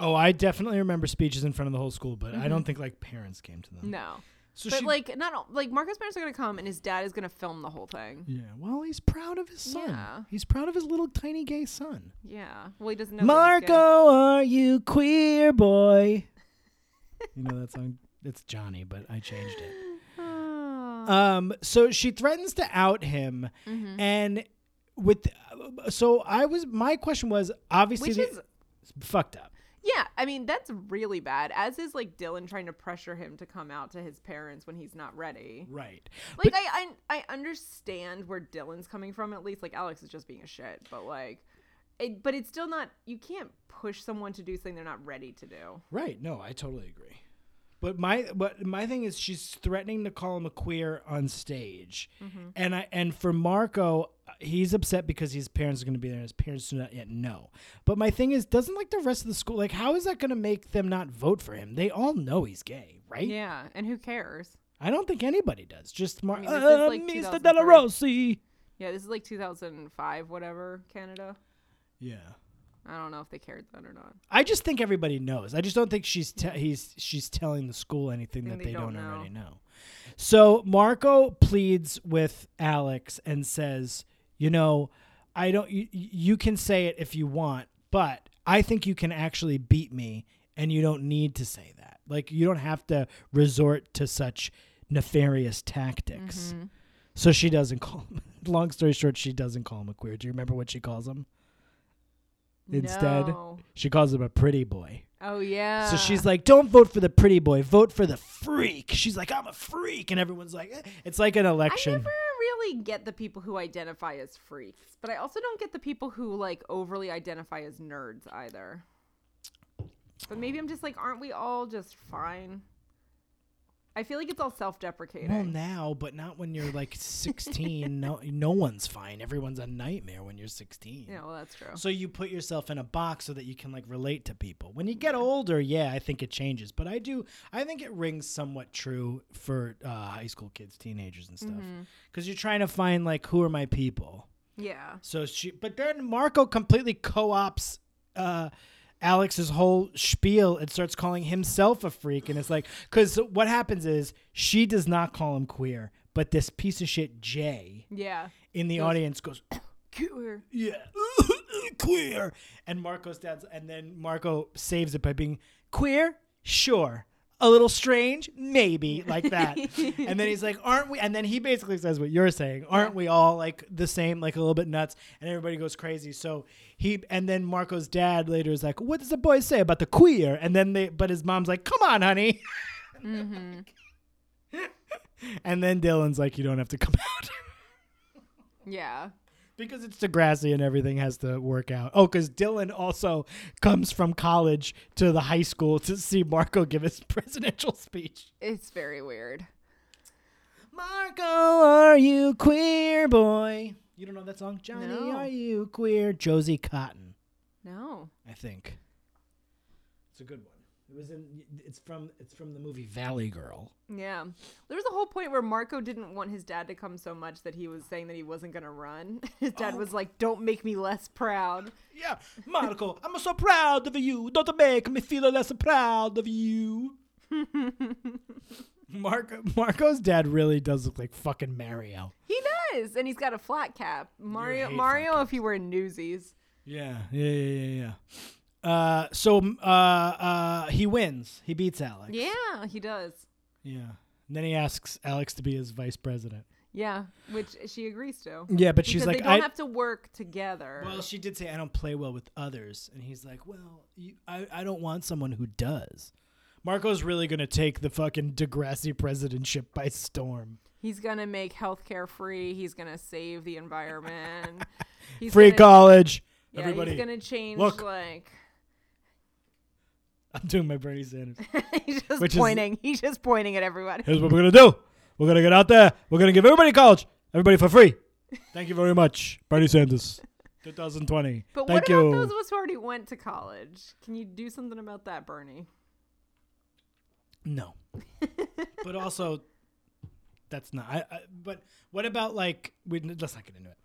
Speaker 1: Oh, I definitely remember speeches in front of the whole school, but I don't think like parents came to them.
Speaker 2: No.
Speaker 1: So
Speaker 2: but
Speaker 1: she,
Speaker 2: like not all- like Marcus Parents are gonna come and his dad is gonna film the whole thing.
Speaker 1: yeah. Well, he's proud of his son.
Speaker 2: Yeah.
Speaker 1: He's proud of his little tiny gay son.
Speaker 2: Yeah. Well, he doesn't know. that
Speaker 1: Marco,
Speaker 2: he's gay.
Speaker 1: are you queer boy? you know that song. It's Johnny, but I changed it.
Speaker 2: Ah.
Speaker 1: Um, so she threatens to out him,
Speaker 2: Mm-hmm.
Speaker 1: and with so I was my question was obviously
Speaker 2: Which
Speaker 1: the-
Speaker 2: is-
Speaker 1: it's fucked up.
Speaker 2: yeah, I mean that's really bad. As is like Dylan trying to pressure him to come out to his parents when he's not ready.
Speaker 1: Right.
Speaker 2: Like I, I I understand where Dylan's coming from at least. Like Alex is just being a shit, but like, it, but it's still not. You can't push someone to do something they're not ready to do.
Speaker 1: Right. No, I totally agree. But my but my thing is she's threatening to call him a queer on stage,
Speaker 2: Mm-hmm.
Speaker 1: and I and for Marco he's upset because his parents are going to be there and his parents do not yet know. But my thing is doesn't like the rest of the school like how is that going to make them not vote for him? They all know he's gay, right?
Speaker 2: Yeah, and who cares?
Speaker 1: I don't think anybody does. Just Mar-
Speaker 2: mean, this is
Speaker 1: Uh,
Speaker 2: like
Speaker 1: Mr.
Speaker 2: 2003.
Speaker 1: Della Rossi.
Speaker 2: Yeah, this is like 2005, whatever, Canada.
Speaker 1: Yeah.
Speaker 2: I don't know if they cared then or not.
Speaker 1: I just think everybody knows. I just don't think she's te- he's she's telling the school anything that
Speaker 2: Think
Speaker 1: they,
Speaker 2: they
Speaker 1: don't,
Speaker 2: don't know.
Speaker 1: already know. So Marco pleads with Alex and says, "You know, I don't. You, you can say it if you want, but I think you can actually beat me, and you don't need to say that. Like you don't have to resort to such nefarious tactics." So she doesn't call him. Long story short, she doesn't call him a queer. Do you remember what she calls him? Instead,
Speaker 2: No.
Speaker 1: she calls him a pretty boy.
Speaker 2: Oh yeah.
Speaker 1: So she's like, "Don't vote for the pretty boy. Vote for the freak." She's like, "I'm a freak," and everyone's like, eh. "It's like an
Speaker 2: I
Speaker 1: election."
Speaker 2: never really get the people who identify as freaks, but I also don't get the people who like overly identify as nerds either. But maybe I'm just like, aren't we all just fine? I feel like it's all self-deprecating.
Speaker 1: well, now, but not when you're like 16. no, no one's fine. Everyone's a nightmare when you're 16.
Speaker 2: yeah, well that's true.
Speaker 1: So you put yourself in a box so that you can like relate to people. When you get older, yeah, I think it changes, but I do I think it rings somewhat true for uh, high school kids, teenagers and stuff.
Speaker 2: Mm-hmm.
Speaker 1: Cuz you're trying to find like who are my people.
Speaker 2: yeah.
Speaker 1: So she, but then Marco completely co-ops uh, Alex's whole spiel and starts calling himself a freak, and it's like, because what happens is she does not call him queer, but this piece of shit Jay
Speaker 2: Yeah.
Speaker 1: in the audience goes,
Speaker 2: Cooler.
Speaker 1: yeah, queer, and Marco's dad's, and then Marco saves it by being queer, sure. A little strange, maybe like that, and then he's like, "Aren't we?" And then he basically says what you're saying, "Aren't we all like the same, like a little bit nuts?" And everybody goes crazy. So he, and then Marco's dad later is like, "What does the boy say about the queer?" And then they, but his mom's like, "Come on, honey," and then Dylan's like, "You don't have to come out."
Speaker 2: Yeah.
Speaker 1: Because it's Degrassi and everything has to work out. Oh, because Dylan also comes from college to the high school to see Marco give his presidential speech.
Speaker 2: It's very weird.
Speaker 1: Marco, are you queer boy? You don't know that song? Johnny,
Speaker 2: No.
Speaker 1: are you queer? Josie Cotton,
Speaker 2: No.
Speaker 1: I think. It's a good one. It was in. It's from. It's from the movie Valley Girl.
Speaker 2: Yeah. There was a whole point where Marco didn't want his dad to come so much that he was saying that he wasn't going to run. His
Speaker 1: Oh.
Speaker 2: dad was like, "Don't make me less proud."
Speaker 1: Yeah, Marco, I'm so proud of you. Don't make me feel less proud of you. Marco, Marco's dad really does look like fucking Mario.
Speaker 2: He does, and he's got a flat cap. Mario,
Speaker 1: hate
Speaker 2: Mario, if he were in Newsies,
Speaker 1: Yeah, yeah, yeah, yeah. yeah. Uh, so m- uh, uh, he wins. He beats Alex.
Speaker 2: yeah, he does.
Speaker 1: Yeah. And then he asks Alex to be his vice president.
Speaker 2: Yeah, which she agrees to.
Speaker 1: Yeah, but
Speaker 2: Because
Speaker 1: she's
Speaker 2: they
Speaker 1: like,
Speaker 2: don't
Speaker 1: I.
Speaker 2: have to work together.
Speaker 1: well, she did say I don't play well with others, and he's like, well, you, I, I don't want someone who does. Marco's really gonna take the fucking Degrassi presidentship by storm.
Speaker 2: he's gonna make healthcare free. He's gonna save the environment. He's
Speaker 1: free
Speaker 2: gonna-
Speaker 1: college.
Speaker 2: Yeah,
Speaker 1: Everybody,
Speaker 2: he's gonna change
Speaker 1: look.
Speaker 2: like.
Speaker 1: I'm doing my Bernie Sanders.
Speaker 2: he's just
Speaker 1: Which is-
Speaker 2: pointing. he's just pointing at everybody.
Speaker 1: Here's what we're gonna do. We're gonna get out there. We're gonna give everybody college, everybody for free. Thank you very much, Bernie Sanders, 2020.
Speaker 2: But
Speaker 1: Thank
Speaker 2: what
Speaker 1: you.
Speaker 2: about those of us who already went to college? Can you do something about that, Bernie?
Speaker 1: No. but also, that's not. I, I, but what about like? We, let's not get into it.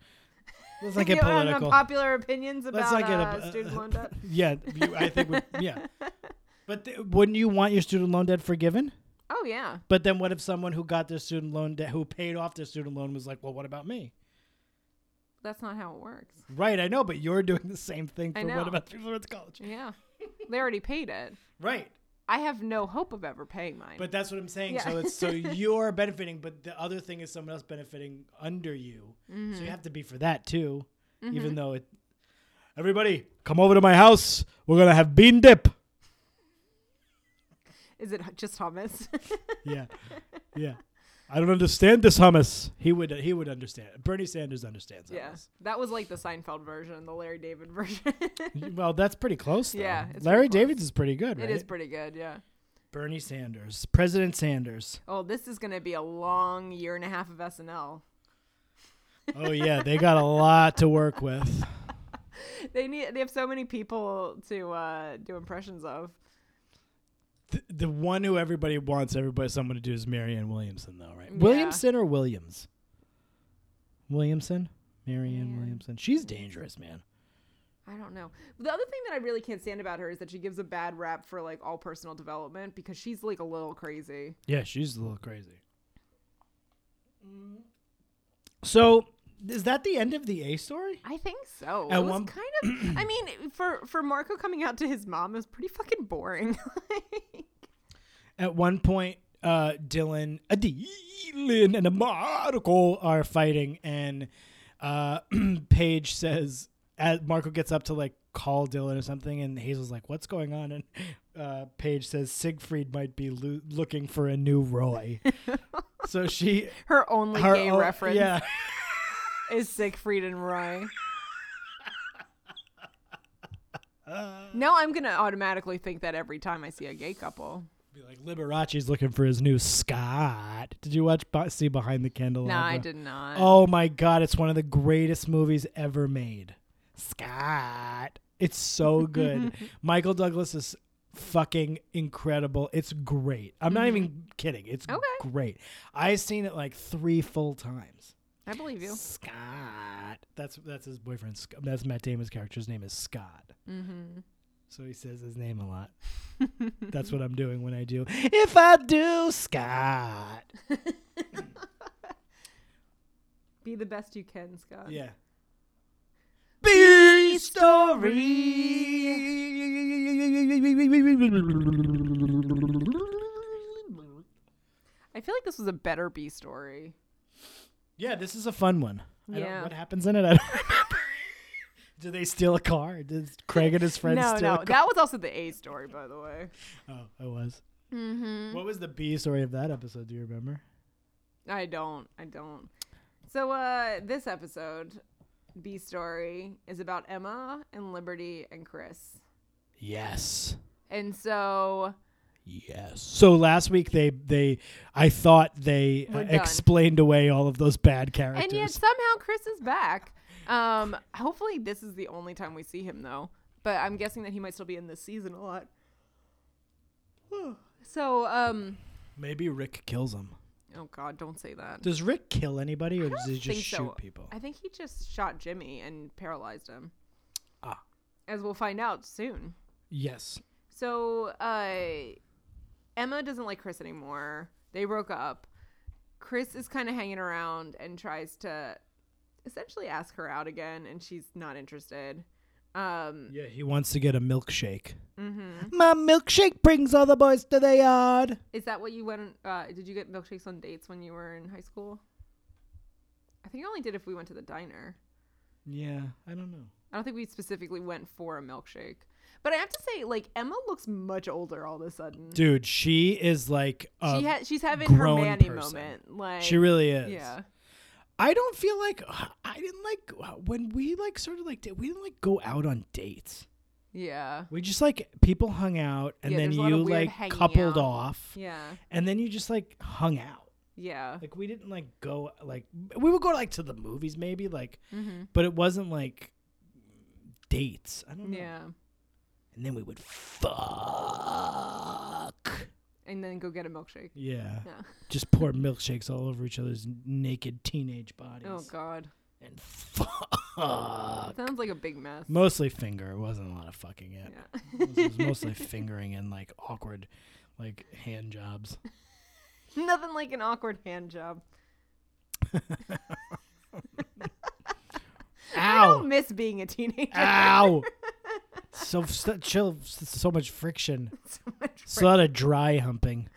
Speaker 1: Let's not get
Speaker 2: You have
Speaker 1: political.
Speaker 2: Unpopular opinions about
Speaker 1: Let's not get
Speaker 2: uh,
Speaker 1: up-
Speaker 2: student
Speaker 1: uh,
Speaker 2: loan debt.
Speaker 1: Yeah, you, I think. We, yeah. But th- wouldn't you want your student loan debt forgiven?
Speaker 2: Oh yeah.
Speaker 1: But then what if someone who got their student loan debt, who paid off their student loan, was like, well, what about me?
Speaker 2: That's not how it works.
Speaker 1: Right, I know, but you're doing the same thing
Speaker 2: I
Speaker 1: for
Speaker 2: know.
Speaker 1: what about people who went to college?
Speaker 2: Yeah. they already paid it.
Speaker 1: Right.
Speaker 2: I have no hope of ever paying mine.
Speaker 1: But that's what I'm saying.
Speaker 2: Yeah.
Speaker 1: So it's so you're benefiting, but the other thing is someone else benefiting under you.
Speaker 2: Mm-hmm.
Speaker 1: So you have to be for that too. Even though it Everybody, come over to my house. We're gonna have bean dip.
Speaker 2: Is it hu- just hummus?
Speaker 1: Yeah. yeah. I don't understand this hummus. He would he would understand. Bernie Sanders understands
Speaker 2: yeah.
Speaker 1: hummus.
Speaker 2: That was like the Seinfeld version, the Larry David version.
Speaker 1: Well, that's pretty close though.
Speaker 2: Yeah, it's
Speaker 1: Larry
Speaker 2: pretty close.
Speaker 1: Davids is pretty good, right?
Speaker 2: It is pretty good, yeah.
Speaker 1: Bernie Sanders. President Sanders.
Speaker 2: Oh, this is going to be a long year and a half of SNL.
Speaker 1: Oh yeah, they got a lot to work with.
Speaker 2: They need they have so many people to uh, do impressions of.
Speaker 1: Th- the one who everybody wants everybody someone to do is Marianne Williamson though, right?
Speaker 2: Yeah.
Speaker 1: Williamson or Williams? Williamson? Marianne
Speaker 2: Man.
Speaker 1: Williamson. She's dangerous, man.
Speaker 2: I don't know. The other thing that I really can't stand about her is that she gives a bad rap for like all personal development because she's like a little crazy.
Speaker 1: Yeah, she's a little crazy.
Speaker 2: Mm-hmm.
Speaker 1: So, is that the end of the A story?
Speaker 2: I think so.
Speaker 1: At
Speaker 2: it was
Speaker 1: one-
Speaker 2: kind of. I mean, for for Marco coming out to his mom is pretty fucking boring.
Speaker 1: At one point, uh, Dylan, a Dylan, and a Marco are fighting, and uh, Paige says, as Marco gets up to like call Dylan or something, and Hazel's like, "What's going on?" And uh, Paige says, "Siegfried might be lo- looking for a new Roy." so she,
Speaker 2: Her only
Speaker 1: her
Speaker 2: gay
Speaker 1: own-
Speaker 2: reference
Speaker 1: yeah.
Speaker 2: is Siegfried and Roy. now I'm gonna automatically think that every time I see a gay couple.
Speaker 1: Be like Liberace's looking for his new Scott. Did you watch Be- see Behind the Candelabra?
Speaker 2: No, I did not.
Speaker 1: Oh my god, it's one of the greatest movies ever made. Scott. It's so good. Michael Douglas is fucking incredible. It's great. I'm not even kidding. It's
Speaker 2: Mm-hmm. Okay.
Speaker 1: great. I've seen it like 3 full times.
Speaker 2: I believe you.
Speaker 1: Scott. That's that's his boyfriend. Sc- That's Matt Damon's character's name is Scott.
Speaker 2: Mm-hmm.
Speaker 1: So he says his name a lot. That's what I'm doing when I do. If I do, Scott.
Speaker 2: Be the best you can, Scott.
Speaker 1: Yeah. B story.
Speaker 2: I feel like this was a better B story.
Speaker 1: Yeah, this is a fun one. I
Speaker 2: Yeah.
Speaker 1: don't, what happens in it? I don't remember. do they steal a car? Does Craig and his friends
Speaker 2: no,
Speaker 1: steal
Speaker 2: no,
Speaker 1: a car?
Speaker 2: that was also the A story, by the way.
Speaker 1: Oh, it was.
Speaker 2: Mm-hmm.
Speaker 1: What was the B story of that episode? Do you remember?
Speaker 2: I don't. I don't. So uh this episode B story is about Emma and Liberty and Chris.
Speaker 1: Yes.
Speaker 2: And so
Speaker 1: Yes. So last week they they I thought they uh,
Speaker 2: We're done.
Speaker 1: explained away all of those bad characters.
Speaker 2: and yet somehow Chris is back. Um hopefully this is the only time we see him though, but I'm guessing that he might still be in this season a lot. So um
Speaker 1: Maybe Rick kills him.
Speaker 2: oh god, don't say that.
Speaker 1: Does Rick kill anybody or
Speaker 2: I
Speaker 1: does
Speaker 2: don't
Speaker 1: he just
Speaker 2: think
Speaker 1: shoot
Speaker 2: so.
Speaker 1: people?
Speaker 2: I think he just shot Jimmy and paralyzed him.
Speaker 1: Ah.
Speaker 2: As we'll find out soon.
Speaker 1: yes.
Speaker 2: So uh, Emma doesn't like Chris anymore. They broke up. Chris is kind of hanging around and tries to essentially ask her out again, and she's not interested. Um,
Speaker 1: Yeah, he wants to get a milkshake.
Speaker 2: Mm-hmm.
Speaker 1: My milkshake brings all the boys to the yard.
Speaker 2: is that what you went? Uh, did you get milkshakes on dates when you were in high school? I think I only did if we went to the diner.
Speaker 1: Yeah, I don't know.
Speaker 2: I don't think we specifically went for a milkshake. But I have to say, like Emma looks much older all of a sudden.
Speaker 1: Dude, she is like a,
Speaker 2: she
Speaker 1: she,
Speaker 2: ha- she's having her
Speaker 1: grown
Speaker 2: Manny
Speaker 1: person.
Speaker 2: moment. Like
Speaker 1: really is.
Speaker 2: yeah.
Speaker 1: I don't feel like I didn't like when we like sort of like did, we didn't like go out on dates.
Speaker 2: Yeah.
Speaker 1: We just like people hung out and
Speaker 2: Yeah,
Speaker 1: then
Speaker 2: there's a lot
Speaker 1: you
Speaker 2: of weird
Speaker 1: like
Speaker 2: hanging
Speaker 1: coupled
Speaker 2: out.
Speaker 1: off
Speaker 2: Yeah.
Speaker 1: and then you just like hung out.
Speaker 2: Yeah.
Speaker 1: Like we didn't like go like we would go like to the movies maybe like
Speaker 2: Mm-hmm.
Speaker 1: but it wasn't like dates. I don't know.
Speaker 2: Yeah.
Speaker 1: And then we would fuck.
Speaker 2: And then go get a milkshake.
Speaker 1: Yeah.
Speaker 2: Yeah.
Speaker 1: Just pour milkshakes all over each other's naked teenage bodies
Speaker 2: Oh God.
Speaker 1: and fuck.
Speaker 2: Sounds like a big mess.
Speaker 1: Mostly finger. It wasn't a lot of fucking it.
Speaker 2: yeah.
Speaker 1: It was mostly fingering and like awkward, like hand jobs.
Speaker 2: Nothing like an awkward hand job. I
Speaker 1: Ow!
Speaker 2: don't miss being a teenager.
Speaker 1: Ow! So so- chill. So much friction.
Speaker 2: so much
Speaker 1: So a lot of dry humping.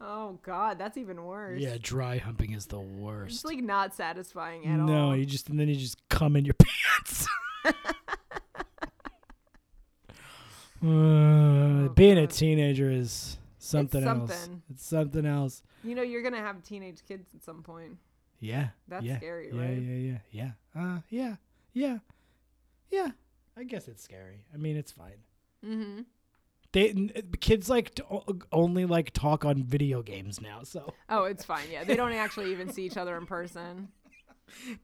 Speaker 2: Oh god, that's even worse.
Speaker 1: Yeah, dry humping is the
Speaker 2: It's
Speaker 1: worst.
Speaker 2: like not satisfying at all.
Speaker 1: No, you just and then you just come in your pants. Uh, being a
Speaker 2: Oh, God.
Speaker 1: teenager is something, else.
Speaker 2: something.
Speaker 1: It's something else.
Speaker 2: You know you're gonna have teenage kids at some point.
Speaker 1: Yeah.
Speaker 2: That's
Speaker 1: yeah,
Speaker 2: scary,
Speaker 1: yeah,
Speaker 2: right?
Speaker 1: Yeah, yeah, yeah. Uh, yeah, yeah, yeah. I guess it's scary. I mean, it's fine.
Speaker 2: Mm-hmm.
Speaker 1: They n- kids like to o- only like talk on video games now, so
Speaker 2: Oh, it's fine. Yeah, they don't actually even see each other in person.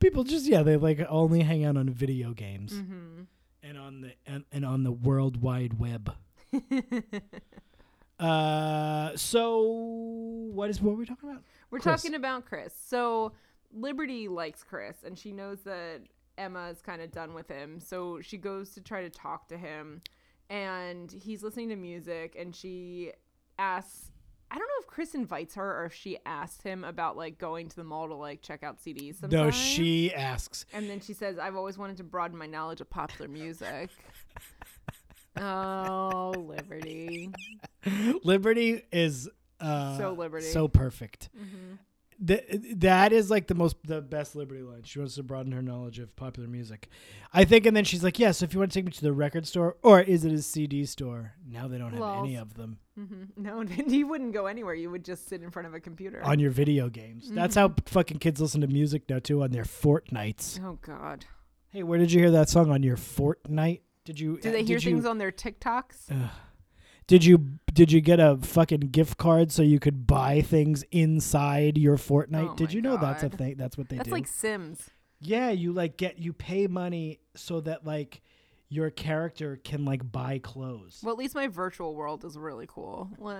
Speaker 1: people just yeah they like only hang out on video games
Speaker 2: Mm-hmm.
Speaker 1: and on the and, and on the world wide web. Uh, so what is what were we talking about?
Speaker 2: We're
Speaker 1: Chris.
Speaker 2: talking about Chris. So Liberty likes Chris, and she knows that Emma is kind of done with him. So she goes to try to talk to him, and he's listening to music, and she asks. I don't know if Chris invites her or if she asks him about like going to the mall to like check out CDs. Sometime.
Speaker 1: No, she asks.
Speaker 2: And then she says, "I've always wanted to broaden my knowledge of popular music." oh, Liberty.
Speaker 1: Liberty is uh
Speaker 2: So Liberty. Mm-hmm.
Speaker 1: so perfect. Th- that is like the most the best Liberty line. She wants to broaden her knowledge of popular music, I think. And then she's like, "Yeah, so if you want to take me to the record store, or is it a CD store? Now they don't have any
Speaker 2: Lols.
Speaker 1: of them
Speaker 2: hmm No, you wouldn't go anywhere. You would just sit in front of a computer.
Speaker 1: on your video games. That's how
Speaker 2: Mm-hmm.
Speaker 1: fucking kids listen to music now too on their Fortnites.
Speaker 2: oh God.
Speaker 1: Hey, where did you hear that song on your Fortnite? Did you
Speaker 2: Do they
Speaker 1: did
Speaker 2: hear
Speaker 1: you,
Speaker 2: things on their TikToks?
Speaker 1: Did you did you get a fucking gift card so you could buy things inside your Fortnite?
Speaker 2: Oh
Speaker 1: did
Speaker 2: my
Speaker 1: you know that's a
Speaker 2: God.
Speaker 1: thing? That's what they
Speaker 2: That's
Speaker 1: do.
Speaker 2: like Sims.
Speaker 1: yeah, you like get you pay money so that like your character can like buy clothes.
Speaker 2: Well, at least my virtual world is really cool. What?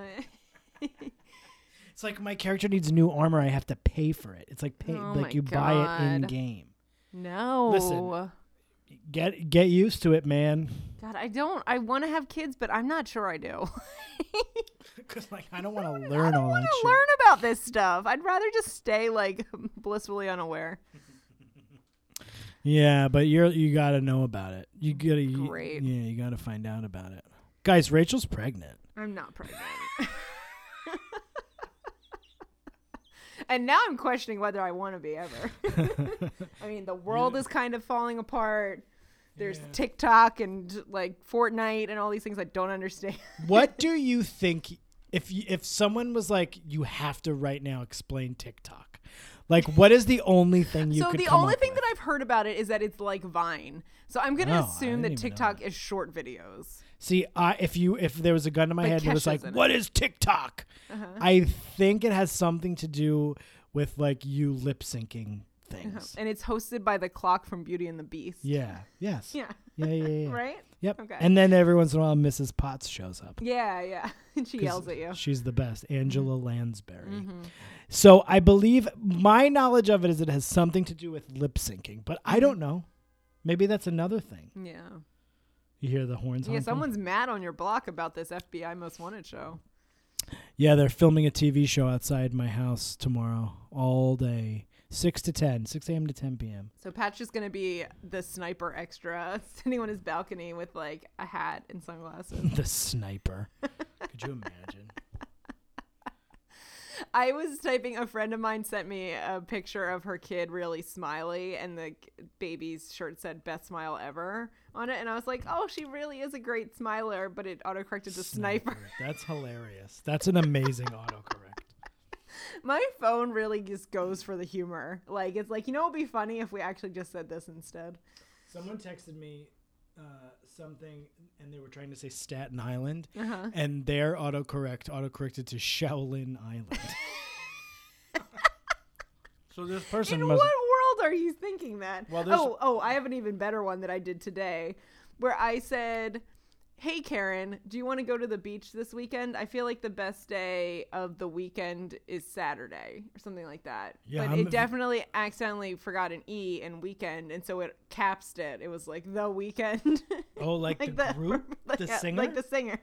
Speaker 1: it's like my character needs new armor, I have to pay for it. It's like pay
Speaker 2: Oh my
Speaker 1: like you buy it in
Speaker 2: God.
Speaker 1: game.
Speaker 2: no.
Speaker 1: Get get used to it, man.
Speaker 2: God, I don't. I want to have kids, but I'm not sure I do.
Speaker 1: Cuz like I don't want to
Speaker 2: I
Speaker 1: learn
Speaker 2: don't
Speaker 1: all
Speaker 2: want
Speaker 1: that
Speaker 2: to
Speaker 1: shit.
Speaker 2: learn about this stuff. I'd rather just stay like blissfully unaware.
Speaker 1: Yeah, but you're you got to know about it. You got to
Speaker 2: Great.
Speaker 1: Yeah, you got to find out about it. Guys, Rachel's pregnant.
Speaker 2: I'm not pregnant. and now I'm questioning whether I want to be ever. I mean, the world is kind of falling apart. There's
Speaker 1: Yeah.
Speaker 2: TikTok and like Fortnite and all these things I don't understand.
Speaker 1: what do you think if you, if someone was like you have to right now explain TikTok? Like what is the only thing you
Speaker 2: so
Speaker 1: could
Speaker 2: the
Speaker 1: come
Speaker 2: only
Speaker 1: up
Speaker 2: thing
Speaker 1: with?
Speaker 2: that I've heard about it is that it's like Vine. So I'm gonna
Speaker 1: Oh, I didn't
Speaker 2: assume that
Speaker 1: even know
Speaker 2: TikTok is short videos.
Speaker 1: See, I if you if there was a gun to my
Speaker 2: But
Speaker 1: head and it was
Speaker 2: Kesha's
Speaker 1: like,
Speaker 2: in it.
Speaker 1: "What is TikTok?"
Speaker 2: Uh-huh.
Speaker 1: I think it has something to do with like you lip syncing things.
Speaker 2: And it's hosted by the clock from Beauty and the Beast.
Speaker 1: Yeah. Yes.
Speaker 2: Yeah.
Speaker 1: Yeah. Yeah. yeah.
Speaker 2: Right?
Speaker 1: Yep.
Speaker 2: Okay.
Speaker 1: And then every once in a while, Mrs. Potts shows up.
Speaker 2: Yeah, yeah. And she
Speaker 1: 'Cause
Speaker 2: yells at you. Mm-hmm.
Speaker 1: She's the best, Angela Lansbury. So I believe my knowledge of it is it has something to do with lip syncing, but I
Speaker 2: Mm-hmm.
Speaker 1: don't know. Maybe that's another thing.
Speaker 2: Yeah.
Speaker 1: You hear the horns?
Speaker 2: Yeah,
Speaker 1: honking?
Speaker 2: someone's mad on your block about this FBI Most Wanted show.
Speaker 1: Yeah, they're filming a TV show outside my house tomorrow, all day, six to ten, six a.m. to ten p.m.
Speaker 2: So Pat's just gonna be the sniper extra, sitting on his balcony with like a hat and sunglasses.
Speaker 1: the sniper. Could you imagine?
Speaker 2: I was typing. A friend of mine sent me a picture of her kid really smiley, and the k- baby's shirt said "best smile ever" on it, and I was like, "Oh, she really is a great smiler," but it autocorrected to sniper.
Speaker 1: That's hilarious. That's an amazing autocorrect.
Speaker 2: My phone really just goes for the humor. Like it's like you know, it'd be funny if we actually just said this instead.
Speaker 1: Someone texted me uh, something, and they were trying to say Staten Island,
Speaker 2: Uh-huh.
Speaker 1: and their autocorrect autocorrected to Shaolin Island. so this person
Speaker 2: In
Speaker 1: must.
Speaker 2: what world are you thinking that?
Speaker 1: Well, there's-
Speaker 2: oh, oh, I have an even better one that I did today where I said, Hey, Karen, do you want to go to the beach this weekend? I feel like the best day of the weekend is Saturday or something like that.
Speaker 1: Yeah,
Speaker 2: but
Speaker 1: I'm a-
Speaker 2: it definitely accidentally forgot an E in weekend. And so it capsed it. It was like the weekend.
Speaker 1: Oh, like, the, group,
Speaker 2: like,
Speaker 1: the
Speaker 2: yeah,
Speaker 1: singer.
Speaker 2: Like the singer.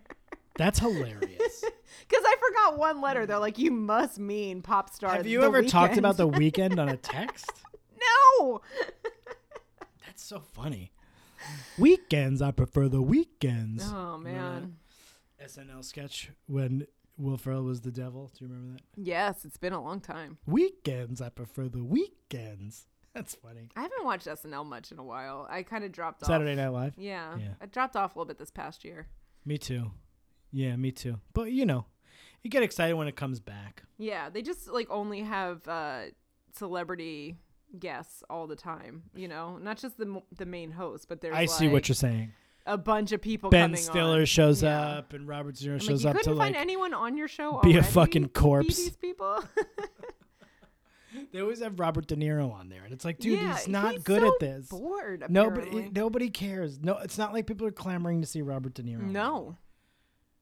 Speaker 1: That's hilarious.
Speaker 2: Because I forgot one letter. They're like, you must mean pop star.
Speaker 1: Have you
Speaker 2: The
Speaker 1: ever talked
Speaker 2: Weeknd."
Speaker 1: about the weekend on a text?
Speaker 2: No.
Speaker 1: That's so funny. Weekends, I prefer the weekends.
Speaker 2: Oh man.
Speaker 1: SNL sketch when Will Ferrell was the devil. Do you remember that?
Speaker 2: Yes, it's been a long time.
Speaker 1: Weekends, I prefer the weekends. That's funny.
Speaker 2: I haven't watched SNL much in a while. I kind of dropped
Speaker 1: Saturday
Speaker 2: off.
Speaker 1: Night Live.
Speaker 2: Yeah,
Speaker 1: Yeah.
Speaker 2: I dropped off a little bit this past year.
Speaker 1: Me too. Yeah, me too. But you know, you get excited when it comes back.
Speaker 2: Yeah, they just like only have uh celebrity guests all the time, you know? Not just the m- the main host, but there's
Speaker 1: I see
Speaker 2: like,
Speaker 1: what you're saying.
Speaker 2: a bunch of people
Speaker 1: Ben
Speaker 2: coming
Speaker 1: Stiller
Speaker 2: on.
Speaker 1: shows
Speaker 2: Yeah.
Speaker 1: up and Robert De Niro
Speaker 2: I'm like,
Speaker 1: shows
Speaker 2: you
Speaker 1: up
Speaker 2: couldn't
Speaker 1: to
Speaker 2: find
Speaker 1: like.
Speaker 2: anyone on your show
Speaker 1: be a
Speaker 2: already
Speaker 1: fucking
Speaker 2: to be
Speaker 1: corpse.
Speaker 2: these people.
Speaker 1: they always have Robert De Niro on there, and it's like, dude,
Speaker 2: Yeah,
Speaker 1: he's not
Speaker 2: he's
Speaker 1: good
Speaker 2: so
Speaker 1: at this.
Speaker 2: Bored.
Speaker 1: Nobody,
Speaker 2: apparently.
Speaker 1: nobody cares. No, it's not like people are clamoring to see Robert De Niro. on there.
Speaker 2: No.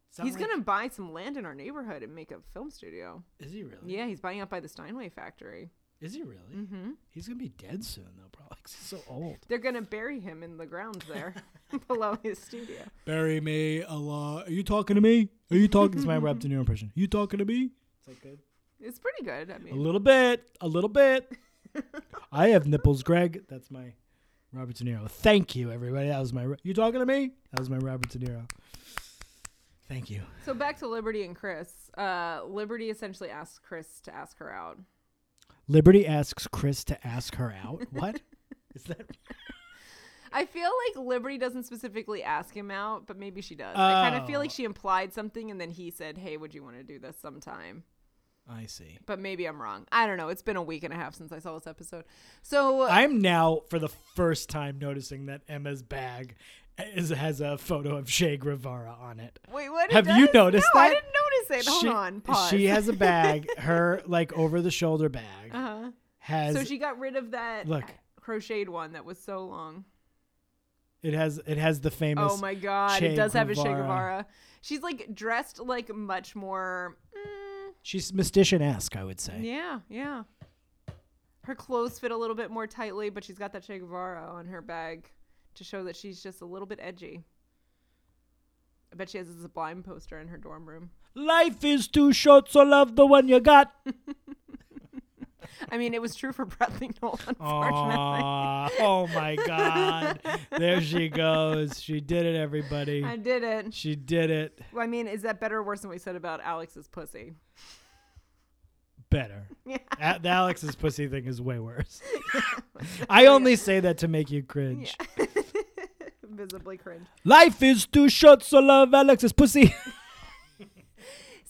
Speaker 1: It's not
Speaker 2: he's
Speaker 1: like-
Speaker 2: gonna buy some land in our neighborhood and make a film studio.
Speaker 1: Is he really?
Speaker 2: Yeah, he's buying up by the Steinway factory.
Speaker 1: Is he really?
Speaker 2: hmm
Speaker 1: He's gonna be dead soon though, probably. 'cause he's so old.
Speaker 2: They're gonna bury him in the ground there, below his studio.
Speaker 1: Bury me alive. Are you talking to me? Are you talking? It's my Rob De Niro impression. you talking to me? It's like good.
Speaker 2: It's pretty good. I
Speaker 1: A
Speaker 2: mean,
Speaker 1: little bit. A little bit. I have nipples, Greg. That's my Robert De Niro. Thank you, everybody. That was my. Ro- You talking to me? That was my Robert De Niro. Thank you.
Speaker 2: so back to Liberty and Chris. Uh, Liberty essentially asks Chris to ask her out.
Speaker 1: Liberty asks Chris to ask her out. What? Is that?
Speaker 2: I feel like Liberty doesn't specifically ask him out, but maybe she does. I kind of feel
Speaker 1: Oh.
Speaker 2: like she implied something, and then he said, "Hey, would you want to do this sometime?"
Speaker 1: I see.
Speaker 2: But maybe I'm wrong. I don't know. It's been a week and a half since I saw this episode. So uh,
Speaker 1: I'm now for the first time noticing that Emma's bag is, has a photo of Che Guevara on it.
Speaker 2: wait, what? it
Speaker 1: have you
Speaker 2: does?
Speaker 1: noticed
Speaker 2: no, I
Speaker 1: that?
Speaker 2: didn't notice it. Hold on. Pause.
Speaker 1: She has a bag. Her like over the shoulder bag
Speaker 2: Uh-huh.
Speaker 1: has
Speaker 2: So she got rid of that
Speaker 1: Look.
Speaker 2: crocheted one that was so long.
Speaker 1: it has it has the famous
Speaker 2: Oh my god,
Speaker 1: Che
Speaker 2: it does have a Che
Speaker 1: Guevara.
Speaker 2: Guevara. She's like dressed like much more. Mm,
Speaker 1: she's mystician esque, I would say.
Speaker 2: yeah, yeah. Her clothes fit a little bit more tightly, but she's got that Che Guevara on her bag to show that she's just a little bit edgy. I bet she has a Sublime poster in her dorm room.
Speaker 1: Life is too short, so love the one you got.
Speaker 2: I mean, it was true for Bradley Noel, unfortunately.
Speaker 1: Aw, oh my god. There she goes. She did it, everybody.
Speaker 2: I did it.
Speaker 1: She did it
Speaker 2: Well, I mean, is that better or worse than we said about Alex's pussy?
Speaker 1: better.
Speaker 2: Yeah.
Speaker 1: A- the Alex's pussy thing is way worse. I only say that to make you cringe.
Speaker 2: Visibly cringe.
Speaker 1: Life is too short, so love Alex's pussy.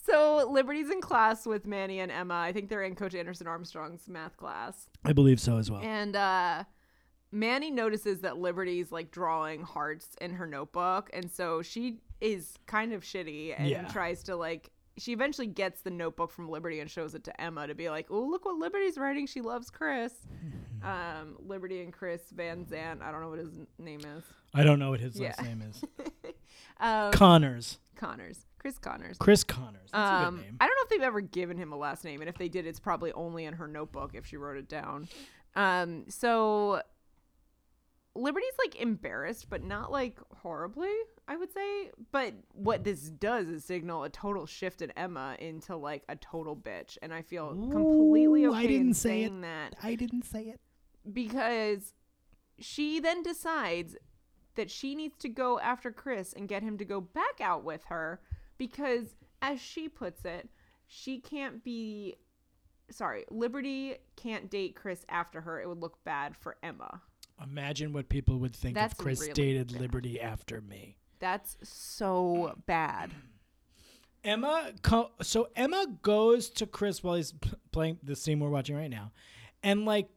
Speaker 2: So Liberty's in class with Manny and Emma. I think they're in Coach Anderson Armstrong's math class.
Speaker 1: I believe so as well.
Speaker 2: And uh Manny notices that Liberty's like drawing hearts in her notebook, and so she is kind of shitty and
Speaker 1: Yeah.
Speaker 2: tries to like she eventually gets the notebook from Liberty and shows it to Emma to be like, "Oh, look what Liberty's writing. She loves Chris." um, Liberty and Chris Van Zant. I don't know what his n- name is.
Speaker 1: I don't know what his last
Speaker 2: Yeah.
Speaker 1: name is.
Speaker 2: Um,
Speaker 1: Connors.
Speaker 2: Connors. Chris Connors.
Speaker 1: Chris Connors. That's a
Speaker 2: Um,
Speaker 1: good name.
Speaker 2: I don't know if they've ever given him a last name, and if they did, it's probably only in her notebook if she wrote it down. Um, so Liberty's like embarrassed, but not like horribly, I would say. But what this does is signal a total shift in Emma into like a total bitch, and I feel completely
Speaker 1: Ooh,
Speaker 2: okay
Speaker 1: I
Speaker 2: in
Speaker 1: didn't say it.
Speaker 2: saying that
Speaker 1: I didn't say it.
Speaker 2: because she then decides that she needs to go after Chris and get him to go back out with her because, as she puts it, she can't be. Sorry, Liberty can't date Chris after her. It would look bad for Emma.
Speaker 1: Imagine what people would think
Speaker 2: That's
Speaker 1: if Chris
Speaker 2: really
Speaker 1: dated
Speaker 2: bad.
Speaker 1: Liberty after me.
Speaker 2: That's so bad.
Speaker 1: Emma, co- so Emma goes to Chris while he's p- playing the scene we're watching right now, and like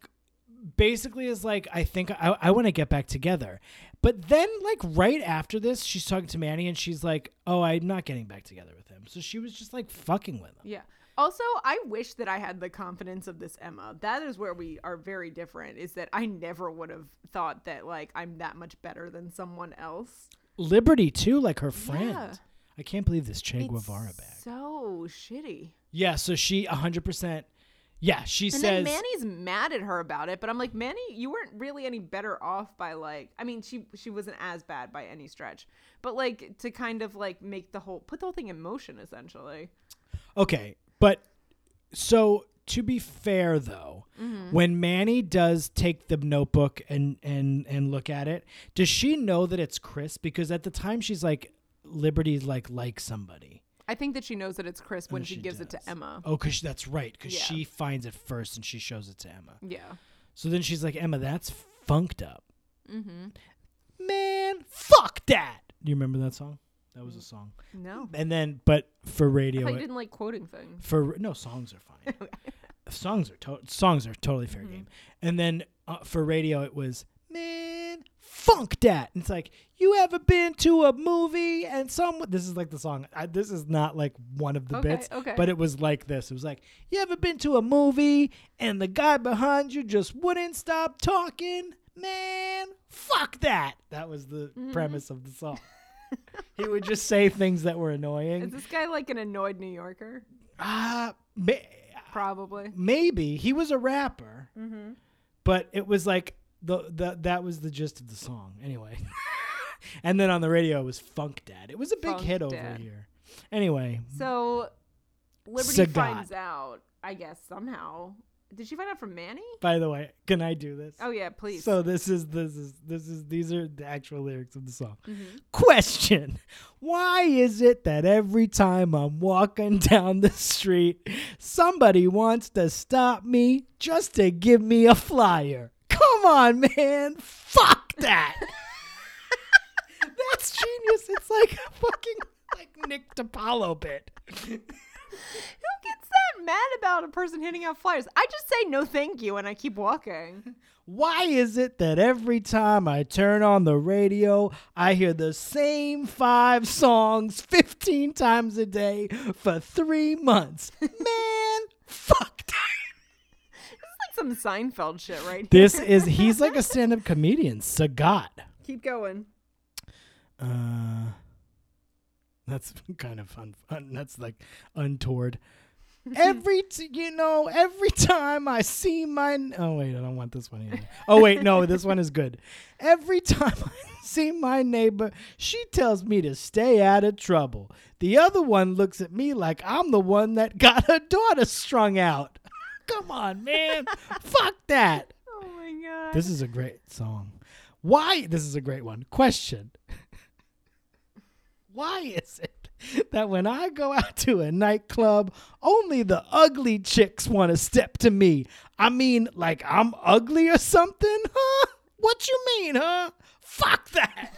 Speaker 1: basically is like, I think I, I want to get back together. But then, like right after this, she's talking to Manny and she's like, "Oh, I'm not getting back together with him." So she was just like fucking with him.
Speaker 2: Yeah. Also, I wish that I had the confidence of this Emma. That is where we are very different, is that I never would have thought that, like, I'm that much better than someone else.
Speaker 1: Liberty too, like her friend.
Speaker 2: Yeah.
Speaker 1: I can't believe this Che
Speaker 2: It's
Speaker 1: Guevara bag.
Speaker 2: So shitty.
Speaker 1: Yeah, so she 100%. Yeah, she
Speaker 2: And
Speaker 1: says
Speaker 2: then Manny's mad at her about it, but I'm like, Manny, you weren't really any better off by like, I mean, she she wasn't as bad by any stretch, but like to kind of like make the whole put the whole thing in motion essentially.
Speaker 1: Okay, but so to be fair though,
Speaker 2: Mm-hmm.
Speaker 1: when Manny does take the notebook and and and look at it, does she know that it's Chris? Because at the time she's like, Liberty's like like somebody.
Speaker 2: I think that she knows that it's Chris when
Speaker 1: And
Speaker 2: she,
Speaker 1: she
Speaker 2: gives it
Speaker 1: does.
Speaker 2: to Emma.
Speaker 1: Oh, cause that's right, because
Speaker 2: Yeah.
Speaker 1: she finds it first and she shows it to Emma.
Speaker 2: Yeah.
Speaker 1: So then she's like, Emma, that's funked up. Mm-hmm. Man, fuck that. Do you remember that song? That was a song.
Speaker 2: No.
Speaker 1: And then, but for radio,
Speaker 2: Mm. I
Speaker 1: it-
Speaker 2: didn't like quoting things.
Speaker 1: for no songs are fine. songs are to- songs are totally
Speaker 2: Mm-hmm.
Speaker 1: fair game. And then uh, for radio, it was man funk dat. And it's like you ever been to a movie and someone? This is like the song. I, this is not like one of the
Speaker 2: Okay,
Speaker 1: bits,
Speaker 2: okay.
Speaker 1: but it was like this. It was like you ever been to a movie and the guy behind you just wouldn't stop talking. Man, fuck that. That was the
Speaker 2: Mm-hmm.
Speaker 1: premise of the song. he would just say things that were annoying.
Speaker 2: Is this guy like an annoyed New Yorker?
Speaker 1: Ah, ma-
Speaker 2: Probably.
Speaker 1: maybe he was a rapper, but it was like the, the that was the gist of the song anyway. and then on the radio it was Funk Dad. It was a big
Speaker 2: Funk
Speaker 1: hit over
Speaker 2: Dad.
Speaker 1: here. Anyway,
Speaker 2: So Liberty
Speaker 1: Sagat.
Speaker 2: finds out, I guess somehow. Did she find out from Manny?
Speaker 1: by the way, can I do this?
Speaker 2: Oh yeah, please.
Speaker 1: So this is this is this is these are the actual lyrics of the song. Question: Why is it that every time I'm walking down the street, somebody wants to stop me just to give me a flyer? Come on, man! Fuck that! That's genius. It's like a fucking like Nick DiPaolo bit.
Speaker 2: Who gets that mad about a person handing out flyers? I just say no thank you and I keep walking.
Speaker 1: Why is it that every time I turn on the radio, I hear the same five songs 15 times a day for three months? Man, fuck that.
Speaker 2: It's like some Seinfeld shit right here.
Speaker 1: This is, he's like a stand up comedian, Sagat.
Speaker 2: Keep going.
Speaker 1: Uh, that's kind of fun. that's like untoward. Every t- you know, every time I see my oh wait, I don't want this one either. Oh wait, no, this one is good. Every time I see my neighbor, she tells me to stay out of trouble. The other one looks at me like I'm the one that got her daughter strung out. Come on, man, fuck that.
Speaker 2: Oh my god.
Speaker 1: This is a great song. Why? This is a great one. Question. Why is it that when I go out to a nightclub, only the ugly chicks want to step to me? I mean, like I'm ugly or something, huh? What you mean, huh? Fuck that.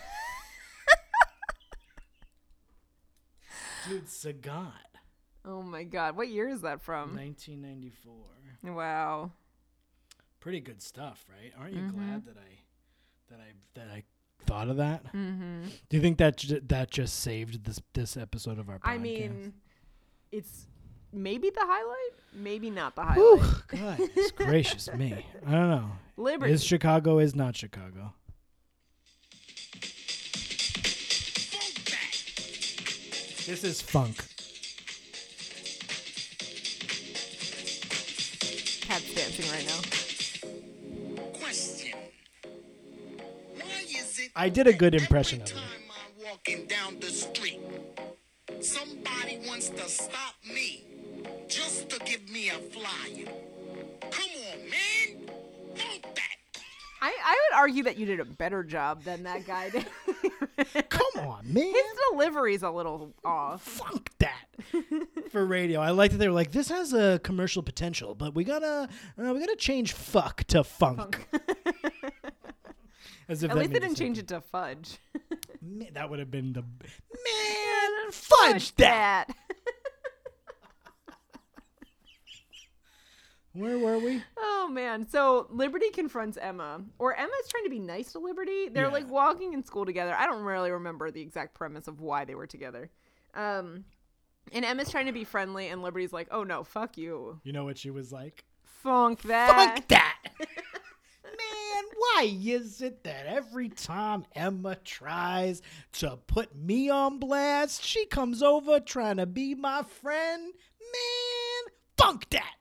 Speaker 1: Dude, Sagat,
Speaker 2: oh my god. What year is that from?
Speaker 1: 1994.
Speaker 2: Wow.
Speaker 1: Pretty good stuff, right? Aren't you glad that I that I that I thought of that?
Speaker 2: Mm-hmm.
Speaker 1: Do you think that ju- that just saved this this episode of our podcast?
Speaker 2: I mean, it's maybe the highlight, maybe not the
Speaker 1: Whew,
Speaker 2: highlight.
Speaker 1: goodness gracious me! I don't know.
Speaker 2: Liberty.
Speaker 1: Is Chicago is not Chicago? This is funk.
Speaker 2: Cat's dancing right now.
Speaker 4: Question. Why is it
Speaker 1: I did a good
Speaker 4: that
Speaker 1: impression of
Speaker 4: every
Speaker 1: it.
Speaker 4: time I'm walking down the street, somebody wants to stop me just to give me a flyer. Come on, man. Fuck that.
Speaker 2: I, I would argue that you did a better job than that guy did.
Speaker 1: Come on, man!
Speaker 2: His delivery's a little off.
Speaker 1: Funk that for radio. I liked that they were like, "This has a commercial potential, but we gotta uh, we gotta change fuck to funk." As if
Speaker 2: At
Speaker 1: that means
Speaker 2: least they didn't
Speaker 1: something.
Speaker 2: change it to fudge.
Speaker 1: Ma- That would have been the man fudge that.
Speaker 2: That.
Speaker 1: Where were we?
Speaker 2: Oh man. So Liberty confronts Emma, or Emma's trying to be nice to Liberty. They're
Speaker 1: Yeah.
Speaker 2: like walking in school together. I don't really remember the exact premise of why they were together. Um, and Emma's trying to be friendly, and Liberty's like, "Oh no, fuck you,
Speaker 1: You know what she was like?
Speaker 2: funk that."
Speaker 1: Fuck that. Man, why is it that every time Emma tries to put me on blast, she comes over trying to be my friend? Man, funk that.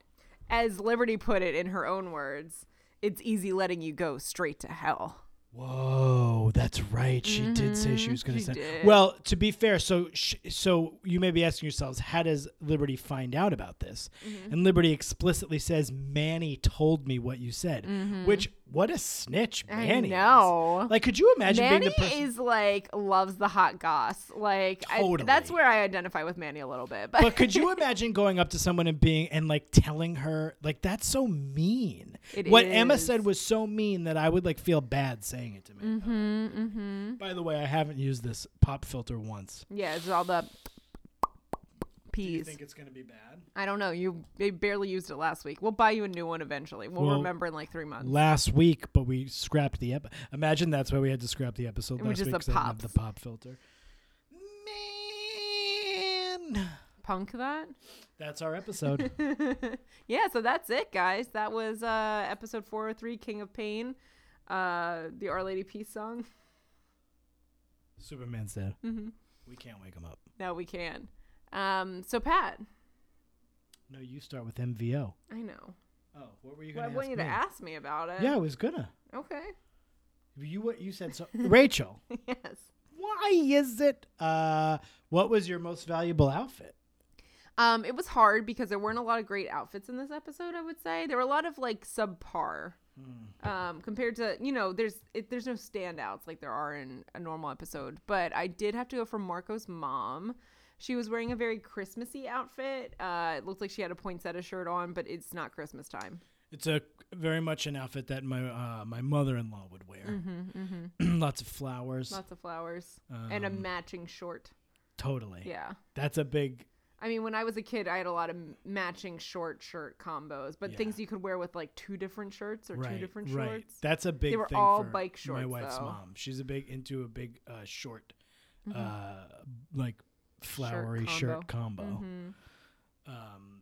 Speaker 2: As Liberty put it in her own words, it's easy letting you go straight to hell.
Speaker 1: Whoa, that's right. She did say she was going to
Speaker 2: Mm-hmm. she
Speaker 1: send.
Speaker 2: did.
Speaker 1: Well, to be fair, so sh- so you may be asking yourselves, how does Liberty find out about this?
Speaker 2: Mm-hmm.
Speaker 1: And Liberty explicitly says, "Manny told me what you said," which what a snitch,
Speaker 2: Mm-hmm. I
Speaker 1: Manny. is.
Speaker 2: know.
Speaker 1: Like, could you imagine
Speaker 2: Manny
Speaker 1: being the person?
Speaker 2: is like loves the hot goss. Like I, that's
Speaker 1: Totally.
Speaker 2: where I identify with Manny a little bit. But,
Speaker 1: but could you imagine going up to someone and being and like telling her like that's so mean?
Speaker 2: It
Speaker 1: what Emma
Speaker 2: is.
Speaker 1: said was so mean that I would like feel bad saying it to me.
Speaker 2: Mm-hmm,
Speaker 1: By the way, I haven't used this pop filter once.
Speaker 2: yeah, it's all the
Speaker 1: Do you
Speaker 2: peas.
Speaker 1: think it's gonna be bad?
Speaker 2: I don't know. You they barely used it last week. We'll buy you a new one eventually. We'll,
Speaker 1: Well,
Speaker 2: remember in like three months.
Speaker 1: Last week, but we scrapped the episode. Imagine that's why we had to scrap the episode
Speaker 2: It was
Speaker 1: last week
Speaker 2: just the
Speaker 1: 'cause I didn't have the
Speaker 2: pops.
Speaker 1: pop filter. Man,
Speaker 2: Punk that.
Speaker 1: that's our episode.
Speaker 2: yeah, so that's it, guys. That was uh, episode 403, King of Pain, uh, the Our Lady Peace song.
Speaker 1: Superman's dead.
Speaker 2: Mhm.
Speaker 1: We can't wake him up.
Speaker 2: No, we can. Um, so, Pat,
Speaker 1: No, you start with MVO.
Speaker 2: I know.
Speaker 1: Oh, what were you
Speaker 2: Well, I
Speaker 1: gonna
Speaker 2: want
Speaker 1: ask
Speaker 2: you to
Speaker 1: me?
Speaker 2: ask me about it.
Speaker 1: Yeah, I was gonna.
Speaker 2: Okay.
Speaker 1: You what you said so Rachel.
Speaker 2: yes.
Speaker 1: Why is it uh what was your most valuable outfit?
Speaker 2: Um, it was hard because there weren't a lot of great outfits in this episode. I would say there were a lot of like subpar,
Speaker 1: Hmm.
Speaker 2: um, compared to you know there's it, there's no standouts like there are in a normal episode. But I did have to go for Marco's mom. She was wearing a very Christmassy outfit. Uh, it looked like she had a poinsettia shirt on, but it's not Christmas time.
Speaker 1: It's a very much an outfit that my uh, my mother-in-law would wear. Lots of flowers.
Speaker 2: Mm-hmm, Lots of flowers and a
Speaker 1: Um,
Speaker 2: matching short.
Speaker 1: totally.
Speaker 2: Yeah.
Speaker 1: That's a big
Speaker 2: I mean, when I was a kid, I had a lot of m- matching short shirt combos, but
Speaker 1: Yeah.
Speaker 2: things you could wear with like two different shirts or two
Speaker 1: right.
Speaker 2: different shorts.
Speaker 1: right. That's a big
Speaker 2: were
Speaker 1: thing
Speaker 2: all
Speaker 1: for
Speaker 2: bike
Speaker 1: my
Speaker 2: shorts,
Speaker 1: wife's
Speaker 2: though. Mm-hmm.
Speaker 1: mom. She's a big into a big uh short uh like flowery shirt combo.
Speaker 2: Mm-hmm.
Speaker 1: Um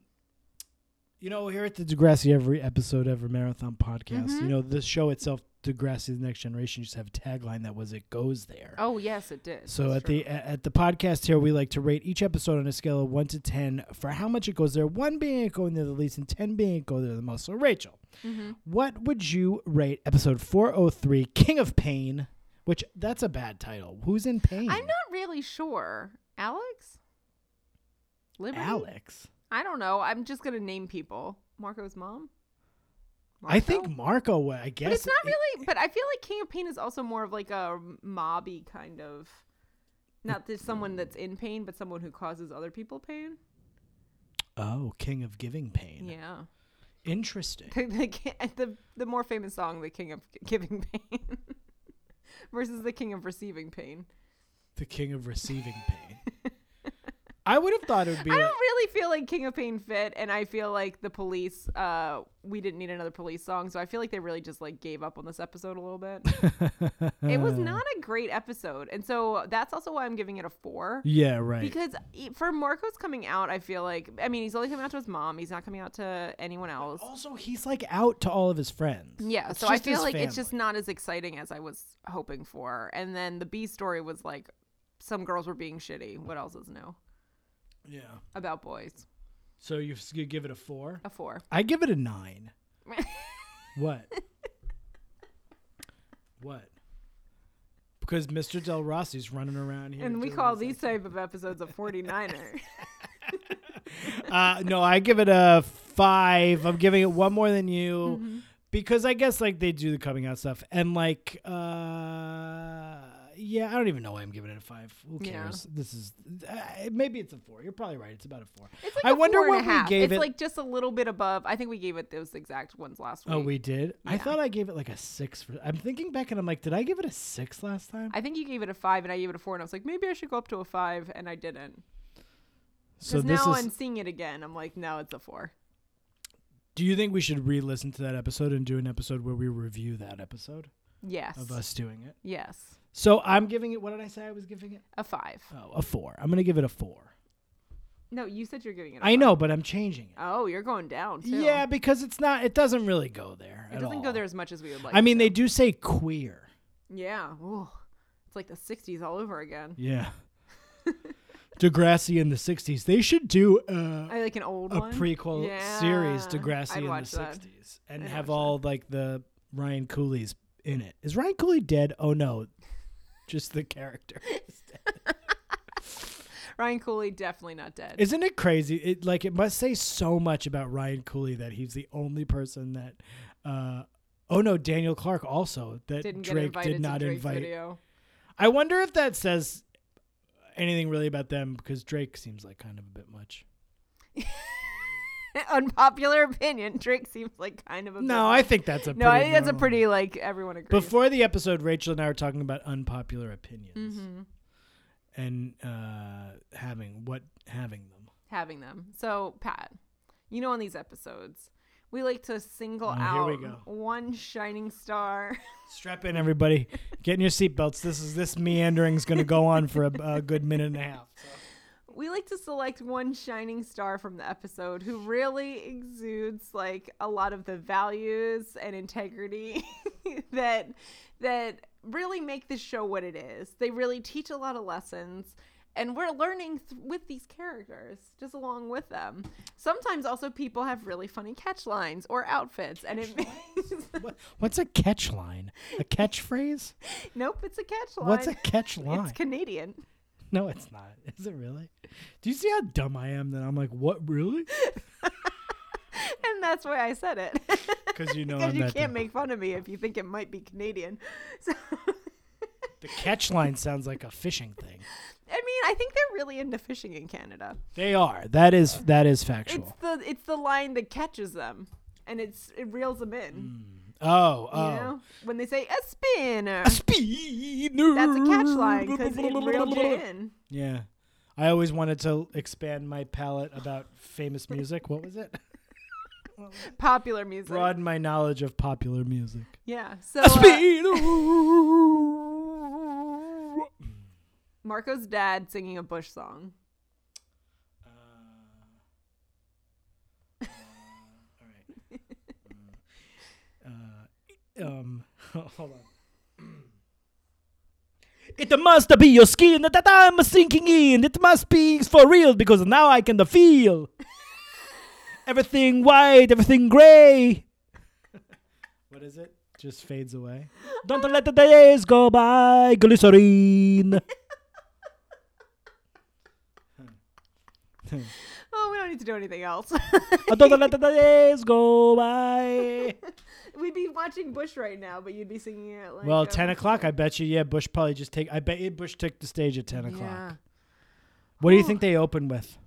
Speaker 1: you know, here at the Degrassi Every Episode Ever Marathon podcast,
Speaker 2: Mm-hmm.
Speaker 1: you know, the show itself, Degrassi The Next Generation, used to have a tagline that was, It Goes There.
Speaker 2: Oh yes, it did.
Speaker 1: So
Speaker 2: That's
Speaker 1: at
Speaker 2: true.
Speaker 1: the a- at the podcast here, we like to rate each episode on a scale of one to ten for how much it goes there. One being it going there the least, and ten being it going there the most. So Rachel,
Speaker 2: Mm-hmm.
Speaker 1: what would you rate episode four hundred three, King of Pain? Which that's a bad title. Who's in pain?
Speaker 2: I'm not really sure. Alex, Liberty.
Speaker 1: Alex.
Speaker 2: I don't know. I'm just gonna name people. Marco's mom.
Speaker 1: I think
Speaker 2: Marco?
Speaker 1: Marco. wa- I guess
Speaker 2: but it's not
Speaker 1: it-
Speaker 2: really. But I feel like King of Pain is also more of like a mobby kind of. Not just someone that's in pain, but someone who causes other people pain.
Speaker 1: oh, King of Giving Pain.
Speaker 2: Yeah.
Speaker 1: Interesting.
Speaker 2: the, the, ki- the, the more famous song, The King of Giving Pain, versus The King of Receiving Pain.
Speaker 1: The King of Receiving Pain. I would have thought it would be.
Speaker 2: I
Speaker 1: like,
Speaker 2: don't really feel like King of Pain fit, and I feel like the police, uh, we didn't need another police song, so I feel like they really just like gave up on this episode a little bit. it was not a great episode, and so that's also why I'm giving it a four.
Speaker 1: yeah. Right.
Speaker 2: Because e- for Marco's coming out, I feel like I mean he's only coming out to his mom. He's not coming out to anyone else.
Speaker 1: also, he's like out to all of his friends.
Speaker 2: Yeah,
Speaker 1: It's
Speaker 2: so I
Speaker 1: just his
Speaker 2: feel like it's just
Speaker 1: family.
Speaker 2: not as exciting as I was hoping for. And then the B story was like some girls were being shitty. What else is new
Speaker 1: Yeah.
Speaker 2: about boys?
Speaker 1: So you, you give it a four?
Speaker 2: A four.
Speaker 1: I give it a nine. What? what? Because Mr. Del Rossi's running around here.
Speaker 2: and we
Speaker 1: doing
Speaker 2: call
Speaker 1: his
Speaker 2: these type of episodes a 49er.
Speaker 1: thing. Uh, no, I give it a five. I'm giving it one more than you.
Speaker 2: Mm-hmm.
Speaker 1: Because I guess like they do the coming out stuff and like uh yeah I don't even know why I'm giving it a five. Who
Speaker 2: Yeah.
Speaker 1: cares? This is uh, maybe it's a four. You're probably right. It's about a four.
Speaker 2: It's like
Speaker 1: I
Speaker 2: a
Speaker 1: wonder
Speaker 2: four and
Speaker 1: what
Speaker 2: a
Speaker 1: we
Speaker 2: half.
Speaker 1: gave
Speaker 2: it's
Speaker 1: it.
Speaker 2: like just a little bit above. I think we gave it those exact ones last week.
Speaker 1: Oh, we did. I
Speaker 2: Yeah.
Speaker 1: thought I gave it like a six. For, I'm thinking back and I'm like, did I give it a six last time?
Speaker 2: I think you gave it a five, and I gave it a four, and I was like, maybe I should go up to a five, and I didn't.
Speaker 1: so
Speaker 2: Because
Speaker 1: this
Speaker 2: now
Speaker 1: is.
Speaker 2: I'm seeing it again. I'm like, no, it's a four.
Speaker 1: do you think we should re-listen to that episode and do an episode where we review that episode
Speaker 2: Yes.
Speaker 1: of us doing it?
Speaker 2: Yes.
Speaker 1: So I'm giving it. What did I say I was giving it?
Speaker 2: A five.
Speaker 1: Oh, a four. I'm gonna give it a four.
Speaker 2: No, you said you're giving it. I
Speaker 1: I know, but I'm changing it.
Speaker 2: Oh, you're going down too.
Speaker 1: Yeah, because it's not. It doesn't really go there.
Speaker 2: It doesn't go there as much as we would like.
Speaker 1: I
Speaker 2: it
Speaker 1: mean,
Speaker 2: to.
Speaker 1: they do say queer.
Speaker 2: Yeah. Ooh. It's like the 60s all over again.
Speaker 1: Yeah. Degrassi in the 60s. They should do uh,
Speaker 2: I like an old
Speaker 1: a
Speaker 2: one.
Speaker 1: prequel series
Speaker 2: Yeah,
Speaker 1: Degrassi
Speaker 2: I'd
Speaker 1: in the
Speaker 2: watch that.
Speaker 1: 60s and
Speaker 2: I'd watch
Speaker 1: have
Speaker 2: that.
Speaker 1: all like the Ryan Cooley's in it. Is Ryan Cooley dead? Oh no. Just the character.
Speaker 2: Ryan Cooley definitely not dead.
Speaker 1: Isn't it crazy? It like it must say so much about Ryan Cooley that he's the only person that uh oh no, Daniel Clark also that
Speaker 2: Didn't get
Speaker 1: Drake
Speaker 2: invited
Speaker 1: did not
Speaker 2: to Drake's
Speaker 1: invite.
Speaker 2: video.
Speaker 1: I wonder if that says anything really about them because Drake seems like kind of a bit much.
Speaker 2: Unpopular opinion. Drake seems like kind of a
Speaker 1: No, I think that's a
Speaker 2: no. I
Speaker 1: pretty
Speaker 2: think that's a
Speaker 1: normal-
Speaker 2: pretty like everyone agrees.
Speaker 1: Before the episode, Rachel and I were talking about unpopular opinions
Speaker 2: Mhm.
Speaker 1: and uh, having what having them.
Speaker 2: having them. So Pat, you know, on these epides, we like to single
Speaker 1: Oh,
Speaker 2: out
Speaker 1: here we go.
Speaker 2: one shining star.
Speaker 1: Strap in, everybody. Get in your seatbelts. This is this meandering's going to go on for a, a good minute and a half.
Speaker 2: we like to select one shining star from the episode who really exudes like a lot of the values and integrity that that really make this show what it is. They really teach a lot of lessons and we're learning th- with these characters just along with them. Sometimes also people have really funny catch lines or outfits and it makes
Speaker 1: What, what's a catch line? A catchphrase?
Speaker 2: Nope, it's a catch line.
Speaker 1: What's a catch line?
Speaker 2: It's Canadian.
Speaker 1: no, it's not. Is it really? Do you see how dumb I am? That I'm like, what really?
Speaker 2: And that's why I said it.
Speaker 1: Because you know
Speaker 2: Because
Speaker 1: I'm
Speaker 2: you
Speaker 1: that
Speaker 2: can't
Speaker 1: dumb.
Speaker 2: make fun of me if you think it might be Canadian. So,
Speaker 1: The catch line sounds like a fishing thing.
Speaker 2: I mean, I think they're really into fishing in Canada.
Speaker 1: They are. That is that is
Speaker 2: It's
Speaker 1: factual.
Speaker 2: the it's the line that catches them, and it's it reels them in.
Speaker 1: oh,
Speaker 2: You
Speaker 1: oh.
Speaker 2: know, when they say a spinner,
Speaker 1: Speeder.
Speaker 2: that's a catch line because it reeled you in.
Speaker 1: Yeah. I always wanted to expand my palette about famous music. What was it?
Speaker 2: Popular music.
Speaker 1: Broaden my knowledge of popular music.
Speaker 2: Yeah. So uh,
Speaker 1: Speeder.
Speaker 2: Marco's dad singing a Bush song.
Speaker 1: Uh, uh, all right. Uh, um, hold on. It must be your skin that I'm sinking in. It must be for real because now I can feel everything white, everything gray. what is it? Just fades away. Don't let the days go by, glycerine.
Speaker 2: Oh, we don't need to do anything else.
Speaker 1: Don't let the days go by.
Speaker 2: We'd be watching Bush right now, but you'd be singing it like.
Speaker 1: Well,
Speaker 2: uh,
Speaker 1: ten o'clock. I bet you. Yeah, Bush probably just take. I bet you Bush took the stage at ten
Speaker 2: Yeah.
Speaker 1: o'clock. What do you
Speaker 2: Oh.
Speaker 1: think they open with?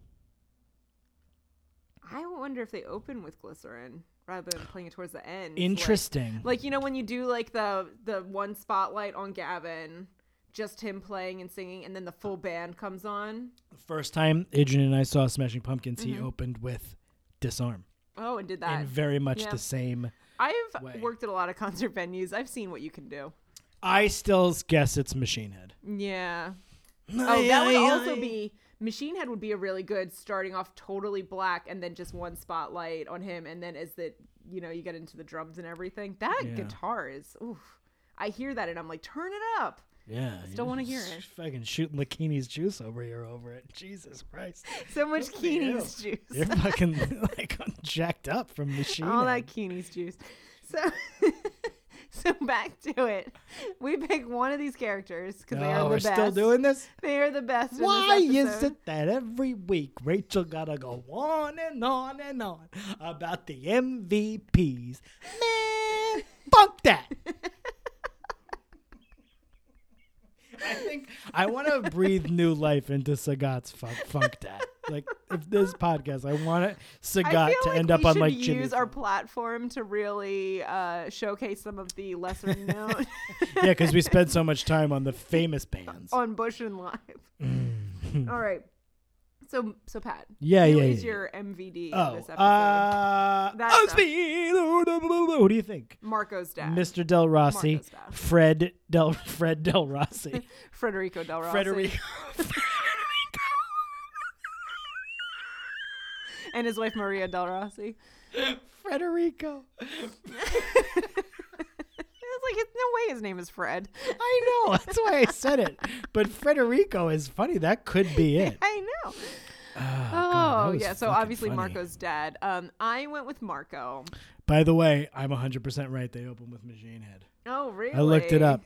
Speaker 2: I wonder if they open with glycerin rather than playing it towards the end. like-
Speaker 1: Interesting.
Speaker 2: Like, you know when you do like the the one spotlight on Gavin, just him playing and singing, and then the full band comes on.
Speaker 1: The First time Adrian and I saw Smashing Pumpkins, he opened with "Disarm"
Speaker 2: Oh, and did Mm-hmm. that.
Speaker 1: in very much
Speaker 2: yeah.
Speaker 1: the same.
Speaker 2: I've
Speaker 1: way.
Speaker 2: worked at a lot of concert venues. I've seen what you can do.
Speaker 1: I still guess it's Machine Head.
Speaker 2: Yeah. Oh, that would also be Machine Head would be a really good starting off totally black and then just one spotlight on him and then as the you know, you get into the drums and everything. That
Speaker 1: Yeah.
Speaker 2: guitar is oof. I hear that and I'm like, turn it up.
Speaker 1: Yeah. I
Speaker 2: still wanna hear it.
Speaker 1: Fucking shooting Lakini's juice over here over it. Jesus Christ.
Speaker 2: So much Keeney's
Speaker 1: You're
Speaker 2: juice.
Speaker 1: fucking like jacked up from Machine
Speaker 2: All
Speaker 1: Head.
Speaker 2: that Keeney's juice. So So back to it. We pick one of these characters because they are
Speaker 1: oh,
Speaker 2: the
Speaker 1: we're
Speaker 2: best.
Speaker 1: still doing this?
Speaker 2: They are the best. in this
Speaker 1: Why is
Speaker 2: episode.
Speaker 1: it that every week Rachel gotta go on and on and on about the MVPs? Man, fuck that. I think I want to breathe new life into Sagat's funk, funk that. Like if this podcast, I want
Speaker 2: I
Speaker 1: Sagat
Speaker 2: feel
Speaker 1: to
Speaker 2: like
Speaker 1: end
Speaker 2: we
Speaker 1: up on
Speaker 2: should
Speaker 1: like
Speaker 2: use
Speaker 1: Jimmy.
Speaker 2: our platform to really uh, showcase some of the lesser known
Speaker 1: yeah, because we spend so much time on the famous bands.
Speaker 2: on Bush and Live. All right. So so Pat,
Speaker 1: Mm-hmm. Yeah,
Speaker 2: who
Speaker 1: yeah,
Speaker 2: is
Speaker 1: yeah,
Speaker 2: your MVD of
Speaker 1: Oh,
Speaker 2: this episode?
Speaker 1: uh,
Speaker 2: That's
Speaker 1: oh,
Speaker 2: a-
Speaker 1: speed. Who do you think?
Speaker 2: Marco's dad,
Speaker 1: Mr. Del Rossi,
Speaker 2: Marco's dad.
Speaker 1: Fred Del Fred Del Rossi,
Speaker 2: Frederico Del Rossi,
Speaker 1: Frederico.
Speaker 2: and his wife Maria Del Rossi.
Speaker 1: Frederico.
Speaker 2: It's like it's no way his name is Fred.
Speaker 1: I know that's why I said it. But Frederico is funny. That could be it.
Speaker 2: I Oh
Speaker 1: was
Speaker 2: yeah, so
Speaker 1: fucking
Speaker 2: obviously
Speaker 1: funny.
Speaker 2: Marco's dad. Um, I went with Marco.
Speaker 1: By the way, I'm 100% right. They open with Machine Head.
Speaker 2: Oh really?
Speaker 1: I looked it up.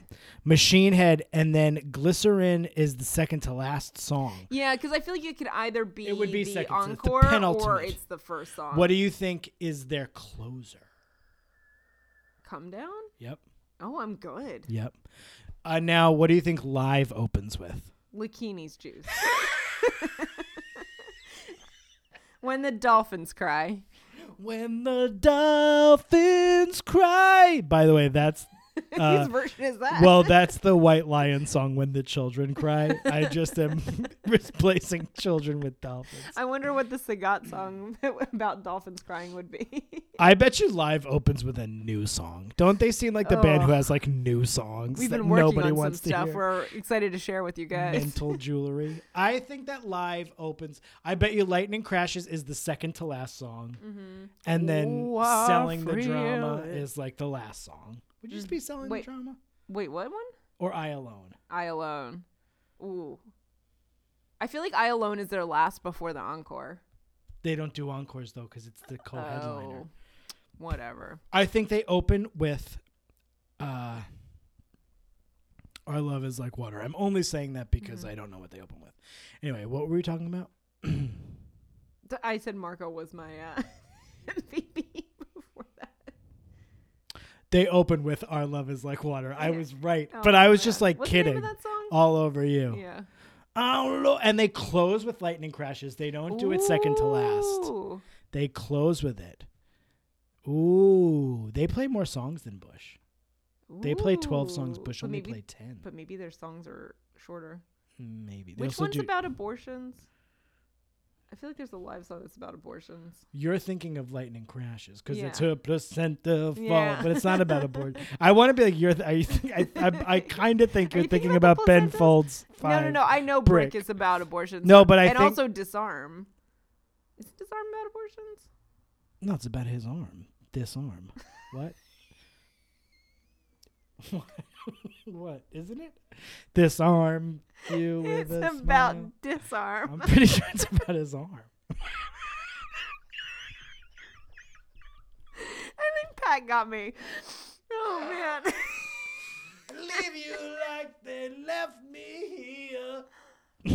Speaker 1: Machine Head and then Glycerin is the second to last song.
Speaker 2: Yeah, because I feel like it could either be
Speaker 1: It would be
Speaker 2: the
Speaker 1: second to- it's the
Speaker 2: encore or
Speaker 1: penultimate.
Speaker 2: it's the first song.
Speaker 1: What do you think is their closer?
Speaker 2: Come down?
Speaker 1: Yep.
Speaker 2: Oh, I'm good.
Speaker 1: Yep. Uh, now, what do you think live opens with?
Speaker 2: Lakini's juice. when the dolphins cry.
Speaker 1: When the dolphins cry. By the way, that's
Speaker 2: Whose
Speaker 1: uh,
Speaker 2: version is that?
Speaker 1: well, that's the White Lion song. When the children cry. I just am replacing children with dolphins.
Speaker 2: I wonder what the Sagat song about dolphins crying would be.
Speaker 1: I bet you live opens with a new song. Don't they seem like the band
Speaker 2: Oh.
Speaker 1: who has like new songs
Speaker 2: We've
Speaker 1: that
Speaker 2: been working
Speaker 1: nobody
Speaker 2: on some
Speaker 1: wants to
Speaker 2: stuff.
Speaker 1: hear?
Speaker 2: We're excited to share with you guys.
Speaker 1: Mental jewelry. I think that live opens. I bet you lightning crashes is the second to last song, and then
Speaker 2: Mm-hmm. Ooh, I
Speaker 1: selling the drama
Speaker 2: feel it. Mm.
Speaker 1: is like the last song. Would you just be selling
Speaker 2: Wait.
Speaker 1: the drama
Speaker 2: Wait, what one?
Speaker 1: or I alone?
Speaker 2: I Alone. Ooh. I feel like I Alone is their last before the encore.
Speaker 1: They don't do encores though because it's the co-headliner.
Speaker 2: Oh. Whatever.
Speaker 1: I think they open with uh Our Love is Like Water. I'm only saying that because
Speaker 2: Mm-hmm.
Speaker 1: I don't know what they open with. Anyway, what were we talking about?
Speaker 2: D- I said Marco was my uh, MVP before that.
Speaker 1: They open with Our Love is Like Water. I was right.
Speaker 2: Oh,
Speaker 1: but I was
Speaker 2: yeah.
Speaker 1: just like
Speaker 2: What's the name of
Speaker 1: kidding. Oh,
Speaker 2: that song?
Speaker 1: All over you.
Speaker 2: Yeah.
Speaker 1: Oh, lo- and they close with lightning crashes. They don't do it second to last.
Speaker 2: Ooh.
Speaker 1: They close with it. Ooh, they play more songs than Bush. They play 12 songs.
Speaker 2: Ooh.
Speaker 1: Bush
Speaker 2: But
Speaker 1: only
Speaker 2: maybe-
Speaker 1: played 10.
Speaker 2: But maybe their songs are shorter.
Speaker 1: Maybe. They
Speaker 2: Which
Speaker 1: also
Speaker 2: one's
Speaker 1: do-
Speaker 2: about abortions? I feel like there's a live song that's about abortions.
Speaker 1: You're thinking of lightning crashes because it's
Speaker 2: Yeah.
Speaker 1: a placenta fall,
Speaker 2: Yeah.
Speaker 1: but it's not about abortion. I want to be like you're. Th- are you think I, I, I kind of think
Speaker 2: Are
Speaker 1: you're
Speaker 2: you
Speaker 1: thinking,
Speaker 2: thinking
Speaker 1: about,
Speaker 2: about the
Speaker 1: Ben
Speaker 2: placentas?
Speaker 1: Folds.
Speaker 2: No, no,
Speaker 1: five.
Speaker 2: no. I know Brick,
Speaker 1: Brick.
Speaker 2: is about abortions.
Speaker 1: No, but I
Speaker 2: and
Speaker 1: think-
Speaker 2: also disarm. Is disarm about abortions?
Speaker 1: No, it's about his arm. This arm. What? what? Isn't it? This arm. You with
Speaker 2: It's
Speaker 1: a smile.
Speaker 2: about
Speaker 1: Um,
Speaker 2: disarm.
Speaker 1: I'm pretty sure it's about his arm.
Speaker 2: I think Pat got me. Oh man.
Speaker 1: Leave you like they left me here.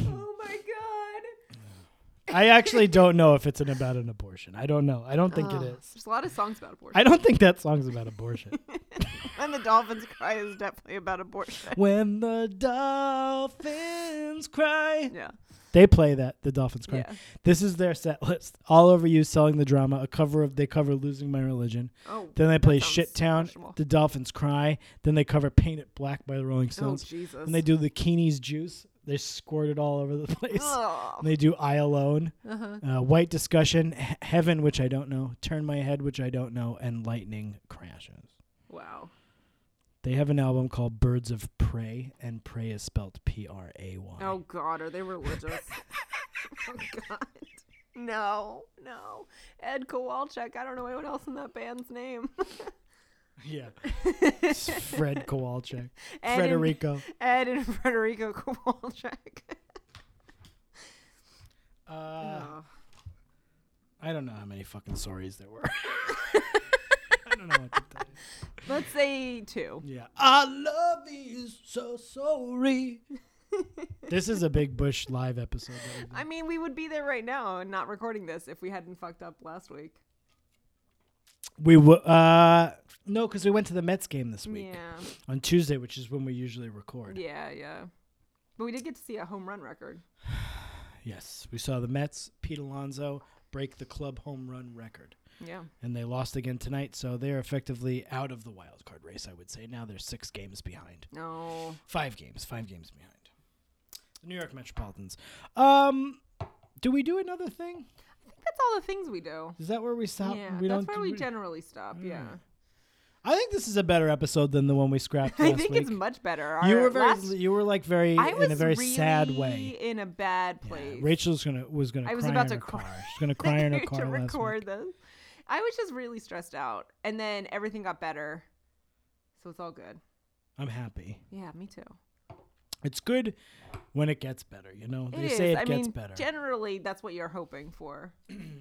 Speaker 2: oh my god.
Speaker 1: I actually don't know if it's an about an abortion. I don't know. I don't think it
Speaker 2: Ugh,
Speaker 1: is.
Speaker 2: There's a lot of songs about abortion.
Speaker 1: I don't think that song's about abortion.
Speaker 2: and the dolphins cry is definitely about abortion.
Speaker 1: when the dolphins cry.
Speaker 2: Yeah.
Speaker 1: They play that, the dolphins cry.
Speaker 2: Yeah.
Speaker 1: This is their set list. All over you selling the drama, a cover of they cover Losing My Religion.
Speaker 2: Oh.
Speaker 1: Then they
Speaker 2: that
Speaker 1: play
Speaker 2: sounds
Speaker 1: Shit Town,
Speaker 2: questionable.
Speaker 1: The Dolphins Cry. Then they cover Paint It Black by the Rolling
Speaker 2: Oh
Speaker 1: Stones.
Speaker 2: Jesus.
Speaker 1: and they do the Keeney's Juice. They squirt it all over the place.
Speaker 2: Ugh. Uh-huh.
Speaker 1: And they do I Alone, uh, White Discussion, He- Heaven, which I don't know, Turn My Head, which I don't know, and Lightning Crashes.
Speaker 2: Wow.
Speaker 1: They have an album called Birds of Prey, and Prey is spelled P R A Y.
Speaker 2: Oh God, are they religious? oh God, no, no. Ed Kowalczyk. I don't know anyone else in that band's name.
Speaker 1: yeah. It's Fred Kowalczyk.
Speaker 2: and-
Speaker 1: Frederico.
Speaker 2: Ed and Federico Kowalczyk.
Speaker 1: Uh,
Speaker 2: Oh.
Speaker 1: I don't know how many fucking sorries there were. I don't know what to tell
Speaker 2: Let's say two.
Speaker 1: you. Yeah. I love you so sorry. this is a big Bush live episode. that we did.
Speaker 2: I mean, we would be there right now and not recording this if we hadn't fucked up last week.
Speaker 1: We w- uh no, because we went to the Mets game this week
Speaker 2: Yeah,
Speaker 1: on Tuesday, which is when we usually record.
Speaker 2: yeah, yeah. But we did get to see a home run record.
Speaker 1: Yes, we saw the Mets. Pete Alonso break the club home run record.
Speaker 2: Yeah.
Speaker 1: and they lost again tonight, so they're effectively out of the wild card race. I would say now they're six games behind,
Speaker 2: No.
Speaker 1: five games, five games behind. The New York Metropolitans. Um, do we do another thing?
Speaker 2: That's all the things we do.
Speaker 1: Is that where we stop?
Speaker 2: yeah,
Speaker 1: Uh, we Mm.
Speaker 2: that's
Speaker 1: don't.
Speaker 2: where
Speaker 1: do-
Speaker 2: we generally stop. Yeah,
Speaker 1: I think this is a better episode than the one we scrapped
Speaker 2: I
Speaker 1: last
Speaker 2: think
Speaker 1: week.
Speaker 2: it's much better.
Speaker 1: you
Speaker 2: Our
Speaker 1: were very,
Speaker 2: last-
Speaker 1: you were like very
Speaker 2: I was
Speaker 1: in a very
Speaker 2: really
Speaker 1: sad way.
Speaker 2: in a bad
Speaker 1: Yeah,
Speaker 2: place.
Speaker 1: Rachel's gonna was gonna.
Speaker 2: I was
Speaker 1: cry
Speaker 2: about
Speaker 1: in
Speaker 2: to
Speaker 1: her
Speaker 2: cry.
Speaker 1: Car. She's gonna cry in her
Speaker 2: to
Speaker 1: car last week.
Speaker 2: record this. I was just really stressed out, and then everything got better, so it's all good.
Speaker 1: I'm happy.
Speaker 2: Yeah, me too.
Speaker 1: It's good when it gets better, you know. They
Speaker 2: It is.
Speaker 1: say it
Speaker 2: I
Speaker 1: gets
Speaker 2: mean,
Speaker 1: better.
Speaker 2: generally, that's what you're hoping for.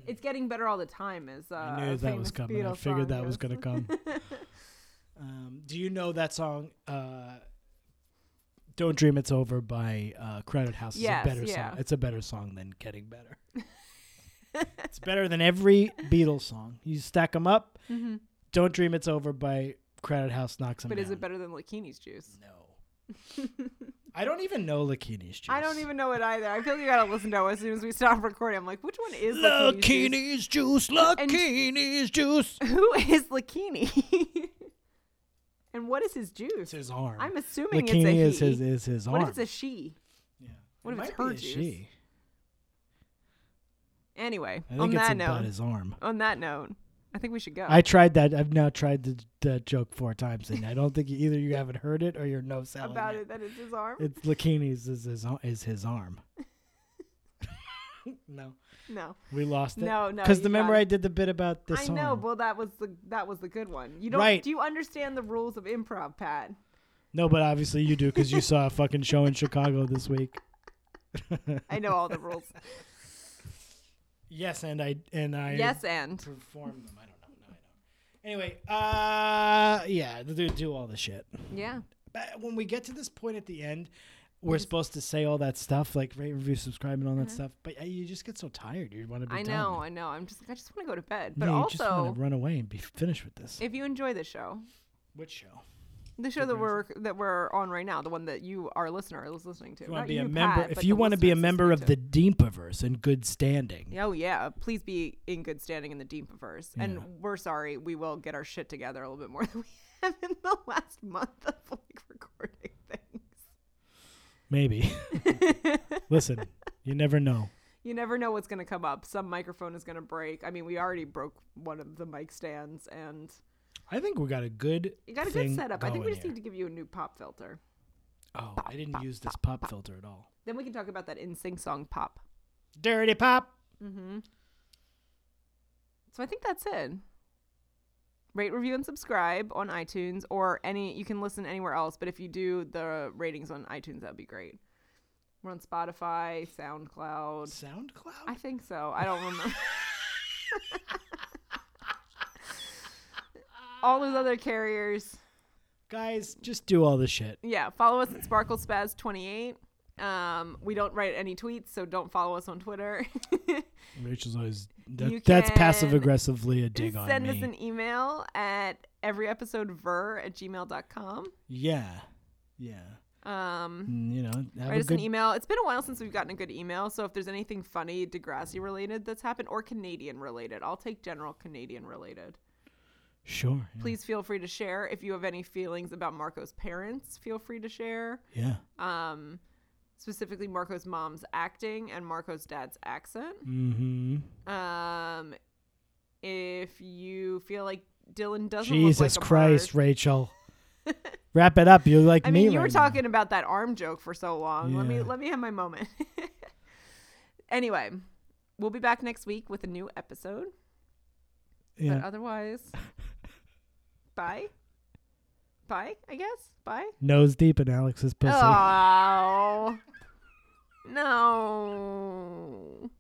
Speaker 2: it's getting better all the time. Is uh,
Speaker 1: I knew
Speaker 2: a
Speaker 1: that was
Speaker 2: famous
Speaker 1: coming. I
Speaker 2: Beatles
Speaker 1: figured
Speaker 2: song
Speaker 1: that was
Speaker 2: goes.
Speaker 1: going to come. um, do you know that song? Uh, "Don't Dream It's Over" by uh, Crowded House
Speaker 2: Yes,
Speaker 1: is a better
Speaker 2: yeah.
Speaker 1: song. It's a better song than "Getting Better." it's better than every Beatles song. You stack them up. "Don't Dream It's Over" by Crowded House knocks them
Speaker 2: Mm-hmm. But
Speaker 1: down.
Speaker 2: is it better than Lakini's juice?
Speaker 1: No. I don't even know Lakini's juice.
Speaker 2: I don't even know it either. I feel like you gotta listen to it as soon as we stop recording. I'm like, which one is Lakini's? juice?
Speaker 1: Lakini's juice. Lakini's juice.
Speaker 2: Who is Lakini? and what is his juice?
Speaker 1: It's his arm.
Speaker 2: I'm assuming it's a
Speaker 1: Lakini
Speaker 2: he.
Speaker 1: is his is his
Speaker 2: what
Speaker 1: arm.
Speaker 2: if it's a she?
Speaker 1: Yeah.
Speaker 2: What
Speaker 1: It
Speaker 2: if it's
Speaker 1: might
Speaker 2: her
Speaker 1: be a
Speaker 2: juice?
Speaker 1: she.
Speaker 2: Anyway,
Speaker 1: I think
Speaker 2: on
Speaker 1: it's
Speaker 2: that
Speaker 1: about
Speaker 2: note, Oh.
Speaker 1: his arm.
Speaker 2: on that note, I think we should go.
Speaker 1: I tried that. I've now tried the, that joke four times, and I don't think you, either you haven't heard it or you're no selling
Speaker 2: about it that it's his arm.
Speaker 1: It's Lakini's is his ar- is his arm. no,
Speaker 2: no,
Speaker 1: we lost it.
Speaker 2: No, no,
Speaker 1: Because
Speaker 2: you
Speaker 1: the remember
Speaker 2: got it.
Speaker 1: I did the bit about this.
Speaker 2: I know.
Speaker 1: arm.
Speaker 2: Well, that was the that was the good one. You don't.
Speaker 1: Right.
Speaker 2: Do you understand the rules of improv, Pat?
Speaker 1: no, but obviously you do because you saw a fucking show in Chicago this week.
Speaker 2: I know all the rules.
Speaker 1: Yes, and I and I
Speaker 2: yes, and
Speaker 1: performed them. I don't know. No, I don't. Anyway, uh, yeah, do do all the shit.
Speaker 2: yeah.
Speaker 1: But when we get to this point at the end, we're supposed to say all that stuff, like rate, review, subscribe, and all that stuff. But uh, you just get so tired. You want to be
Speaker 2: Mm-hmm. I
Speaker 1: done.
Speaker 2: know. I know. I'm just. like, I just want to go to bed. But
Speaker 1: yeah, you just
Speaker 2: also,
Speaker 1: want to run away and be finished with this.
Speaker 2: if you enjoy the show,
Speaker 1: Which show?
Speaker 2: the show that we're that we're on right now, the one that you, our listener, is listening to.
Speaker 1: If you want
Speaker 2: Not
Speaker 1: to be a
Speaker 2: you,
Speaker 1: member,
Speaker 2: Pat,
Speaker 1: if
Speaker 2: but
Speaker 1: you
Speaker 2: the
Speaker 1: want to be a
Speaker 2: listeners
Speaker 1: member of
Speaker 2: listening
Speaker 1: the Deempaverse in good standing,
Speaker 2: to- Oh yeah, please be in good standing in the Deempaverse. And we're sorry, we will get our shit together a little bit more than we have in the last month of like recording things.
Speaker 1: maybe. Listen, you never know.
Speaker 2: you never know what's going to come up. Some microphone is going to break. I mean, we already broke one of the mic stands, and
Speaker 1: I think we got a good.
Speaker 2: you got a
Speaker 1: thing
Speaker 2: good setup. I think we
Speaker 1: going
Speaker 2: just need to give you a new pop filter.
Speaker 1: here. Oh, I didn't use this pop filter at all.
Speaker 2: Then we can talk about that in sing song pop.
Speaker 1: Dirty pop.
Speaker 2: Mm-hmm. So I think that's it. Rate, review, and subscribe on iTunes or any. You can listen anywhere else, but if you do the ratings on iTunes, that'd be great. We're on Spotify, SoundCloud.
Speaker 1: SoundCloud.
Speaker 2: I think so. I don't remember. All those other carriers.
Speaker 1: Guys, just do all the shit.
Speaker 2: yeah follow us at sparklespaz28 um we don't write any tweets so don't follow us on twitter
Speaker 1: Rachel's always that,
Speaker 2: You
Speaker 1: that's passive
Speaker 2: can
Speaker 1: aggressively a dig on
Speaker 2: send
Speaker 1: me.
Speaker 2: us an e- email at every episode ver at gmail.com
Speaker 1: Yeah. Yeah.
Speaker 2: um
Speaker 1: Mm, You know, have
Speaker 2: write
Speaker 1: a
Speaker 2: us an e-
Speaker 1: good
Speaker 2: email it's been a while since we've gotten a good email so if there's anything funny degrassi related that's happened or canadian related i'll take general canadian related
Speaker 1: Sure. yeah.
Speaker 2: please feel free to share if you have any feelings about marco's parents feel free to share
Speaker 1: Yeah.
Speaker 2: um specifically marco's mom's acting and marco's dad's accent
Speaker 1: Mm-hmm.
Speaker 2: Um, if you feel like Dylan doesn't
Speaker 1: Jesus
Speaker 2: look like a
Speaker 1: Christ,
Speaker 2: bird.
Speaker 1: Rachel. Wrap it up. You're like
Speaker 2: I
Speaker 1: me.
Speaker 2: mean, you were
Speaker 1: right now.
Speaker 2: talking about that arm joke for so long. Let me
Speaker 1: Yeah.
Speaker 2: let me have my moment. anyway, we'll be back next week with a new episode. But
Speaker 1: Yeah.
Speaker 2: otherwise, bye, bye. I guess bye.
Speaker 1: Nose deep in Alex's pussy.
Speaker 2: Oh no.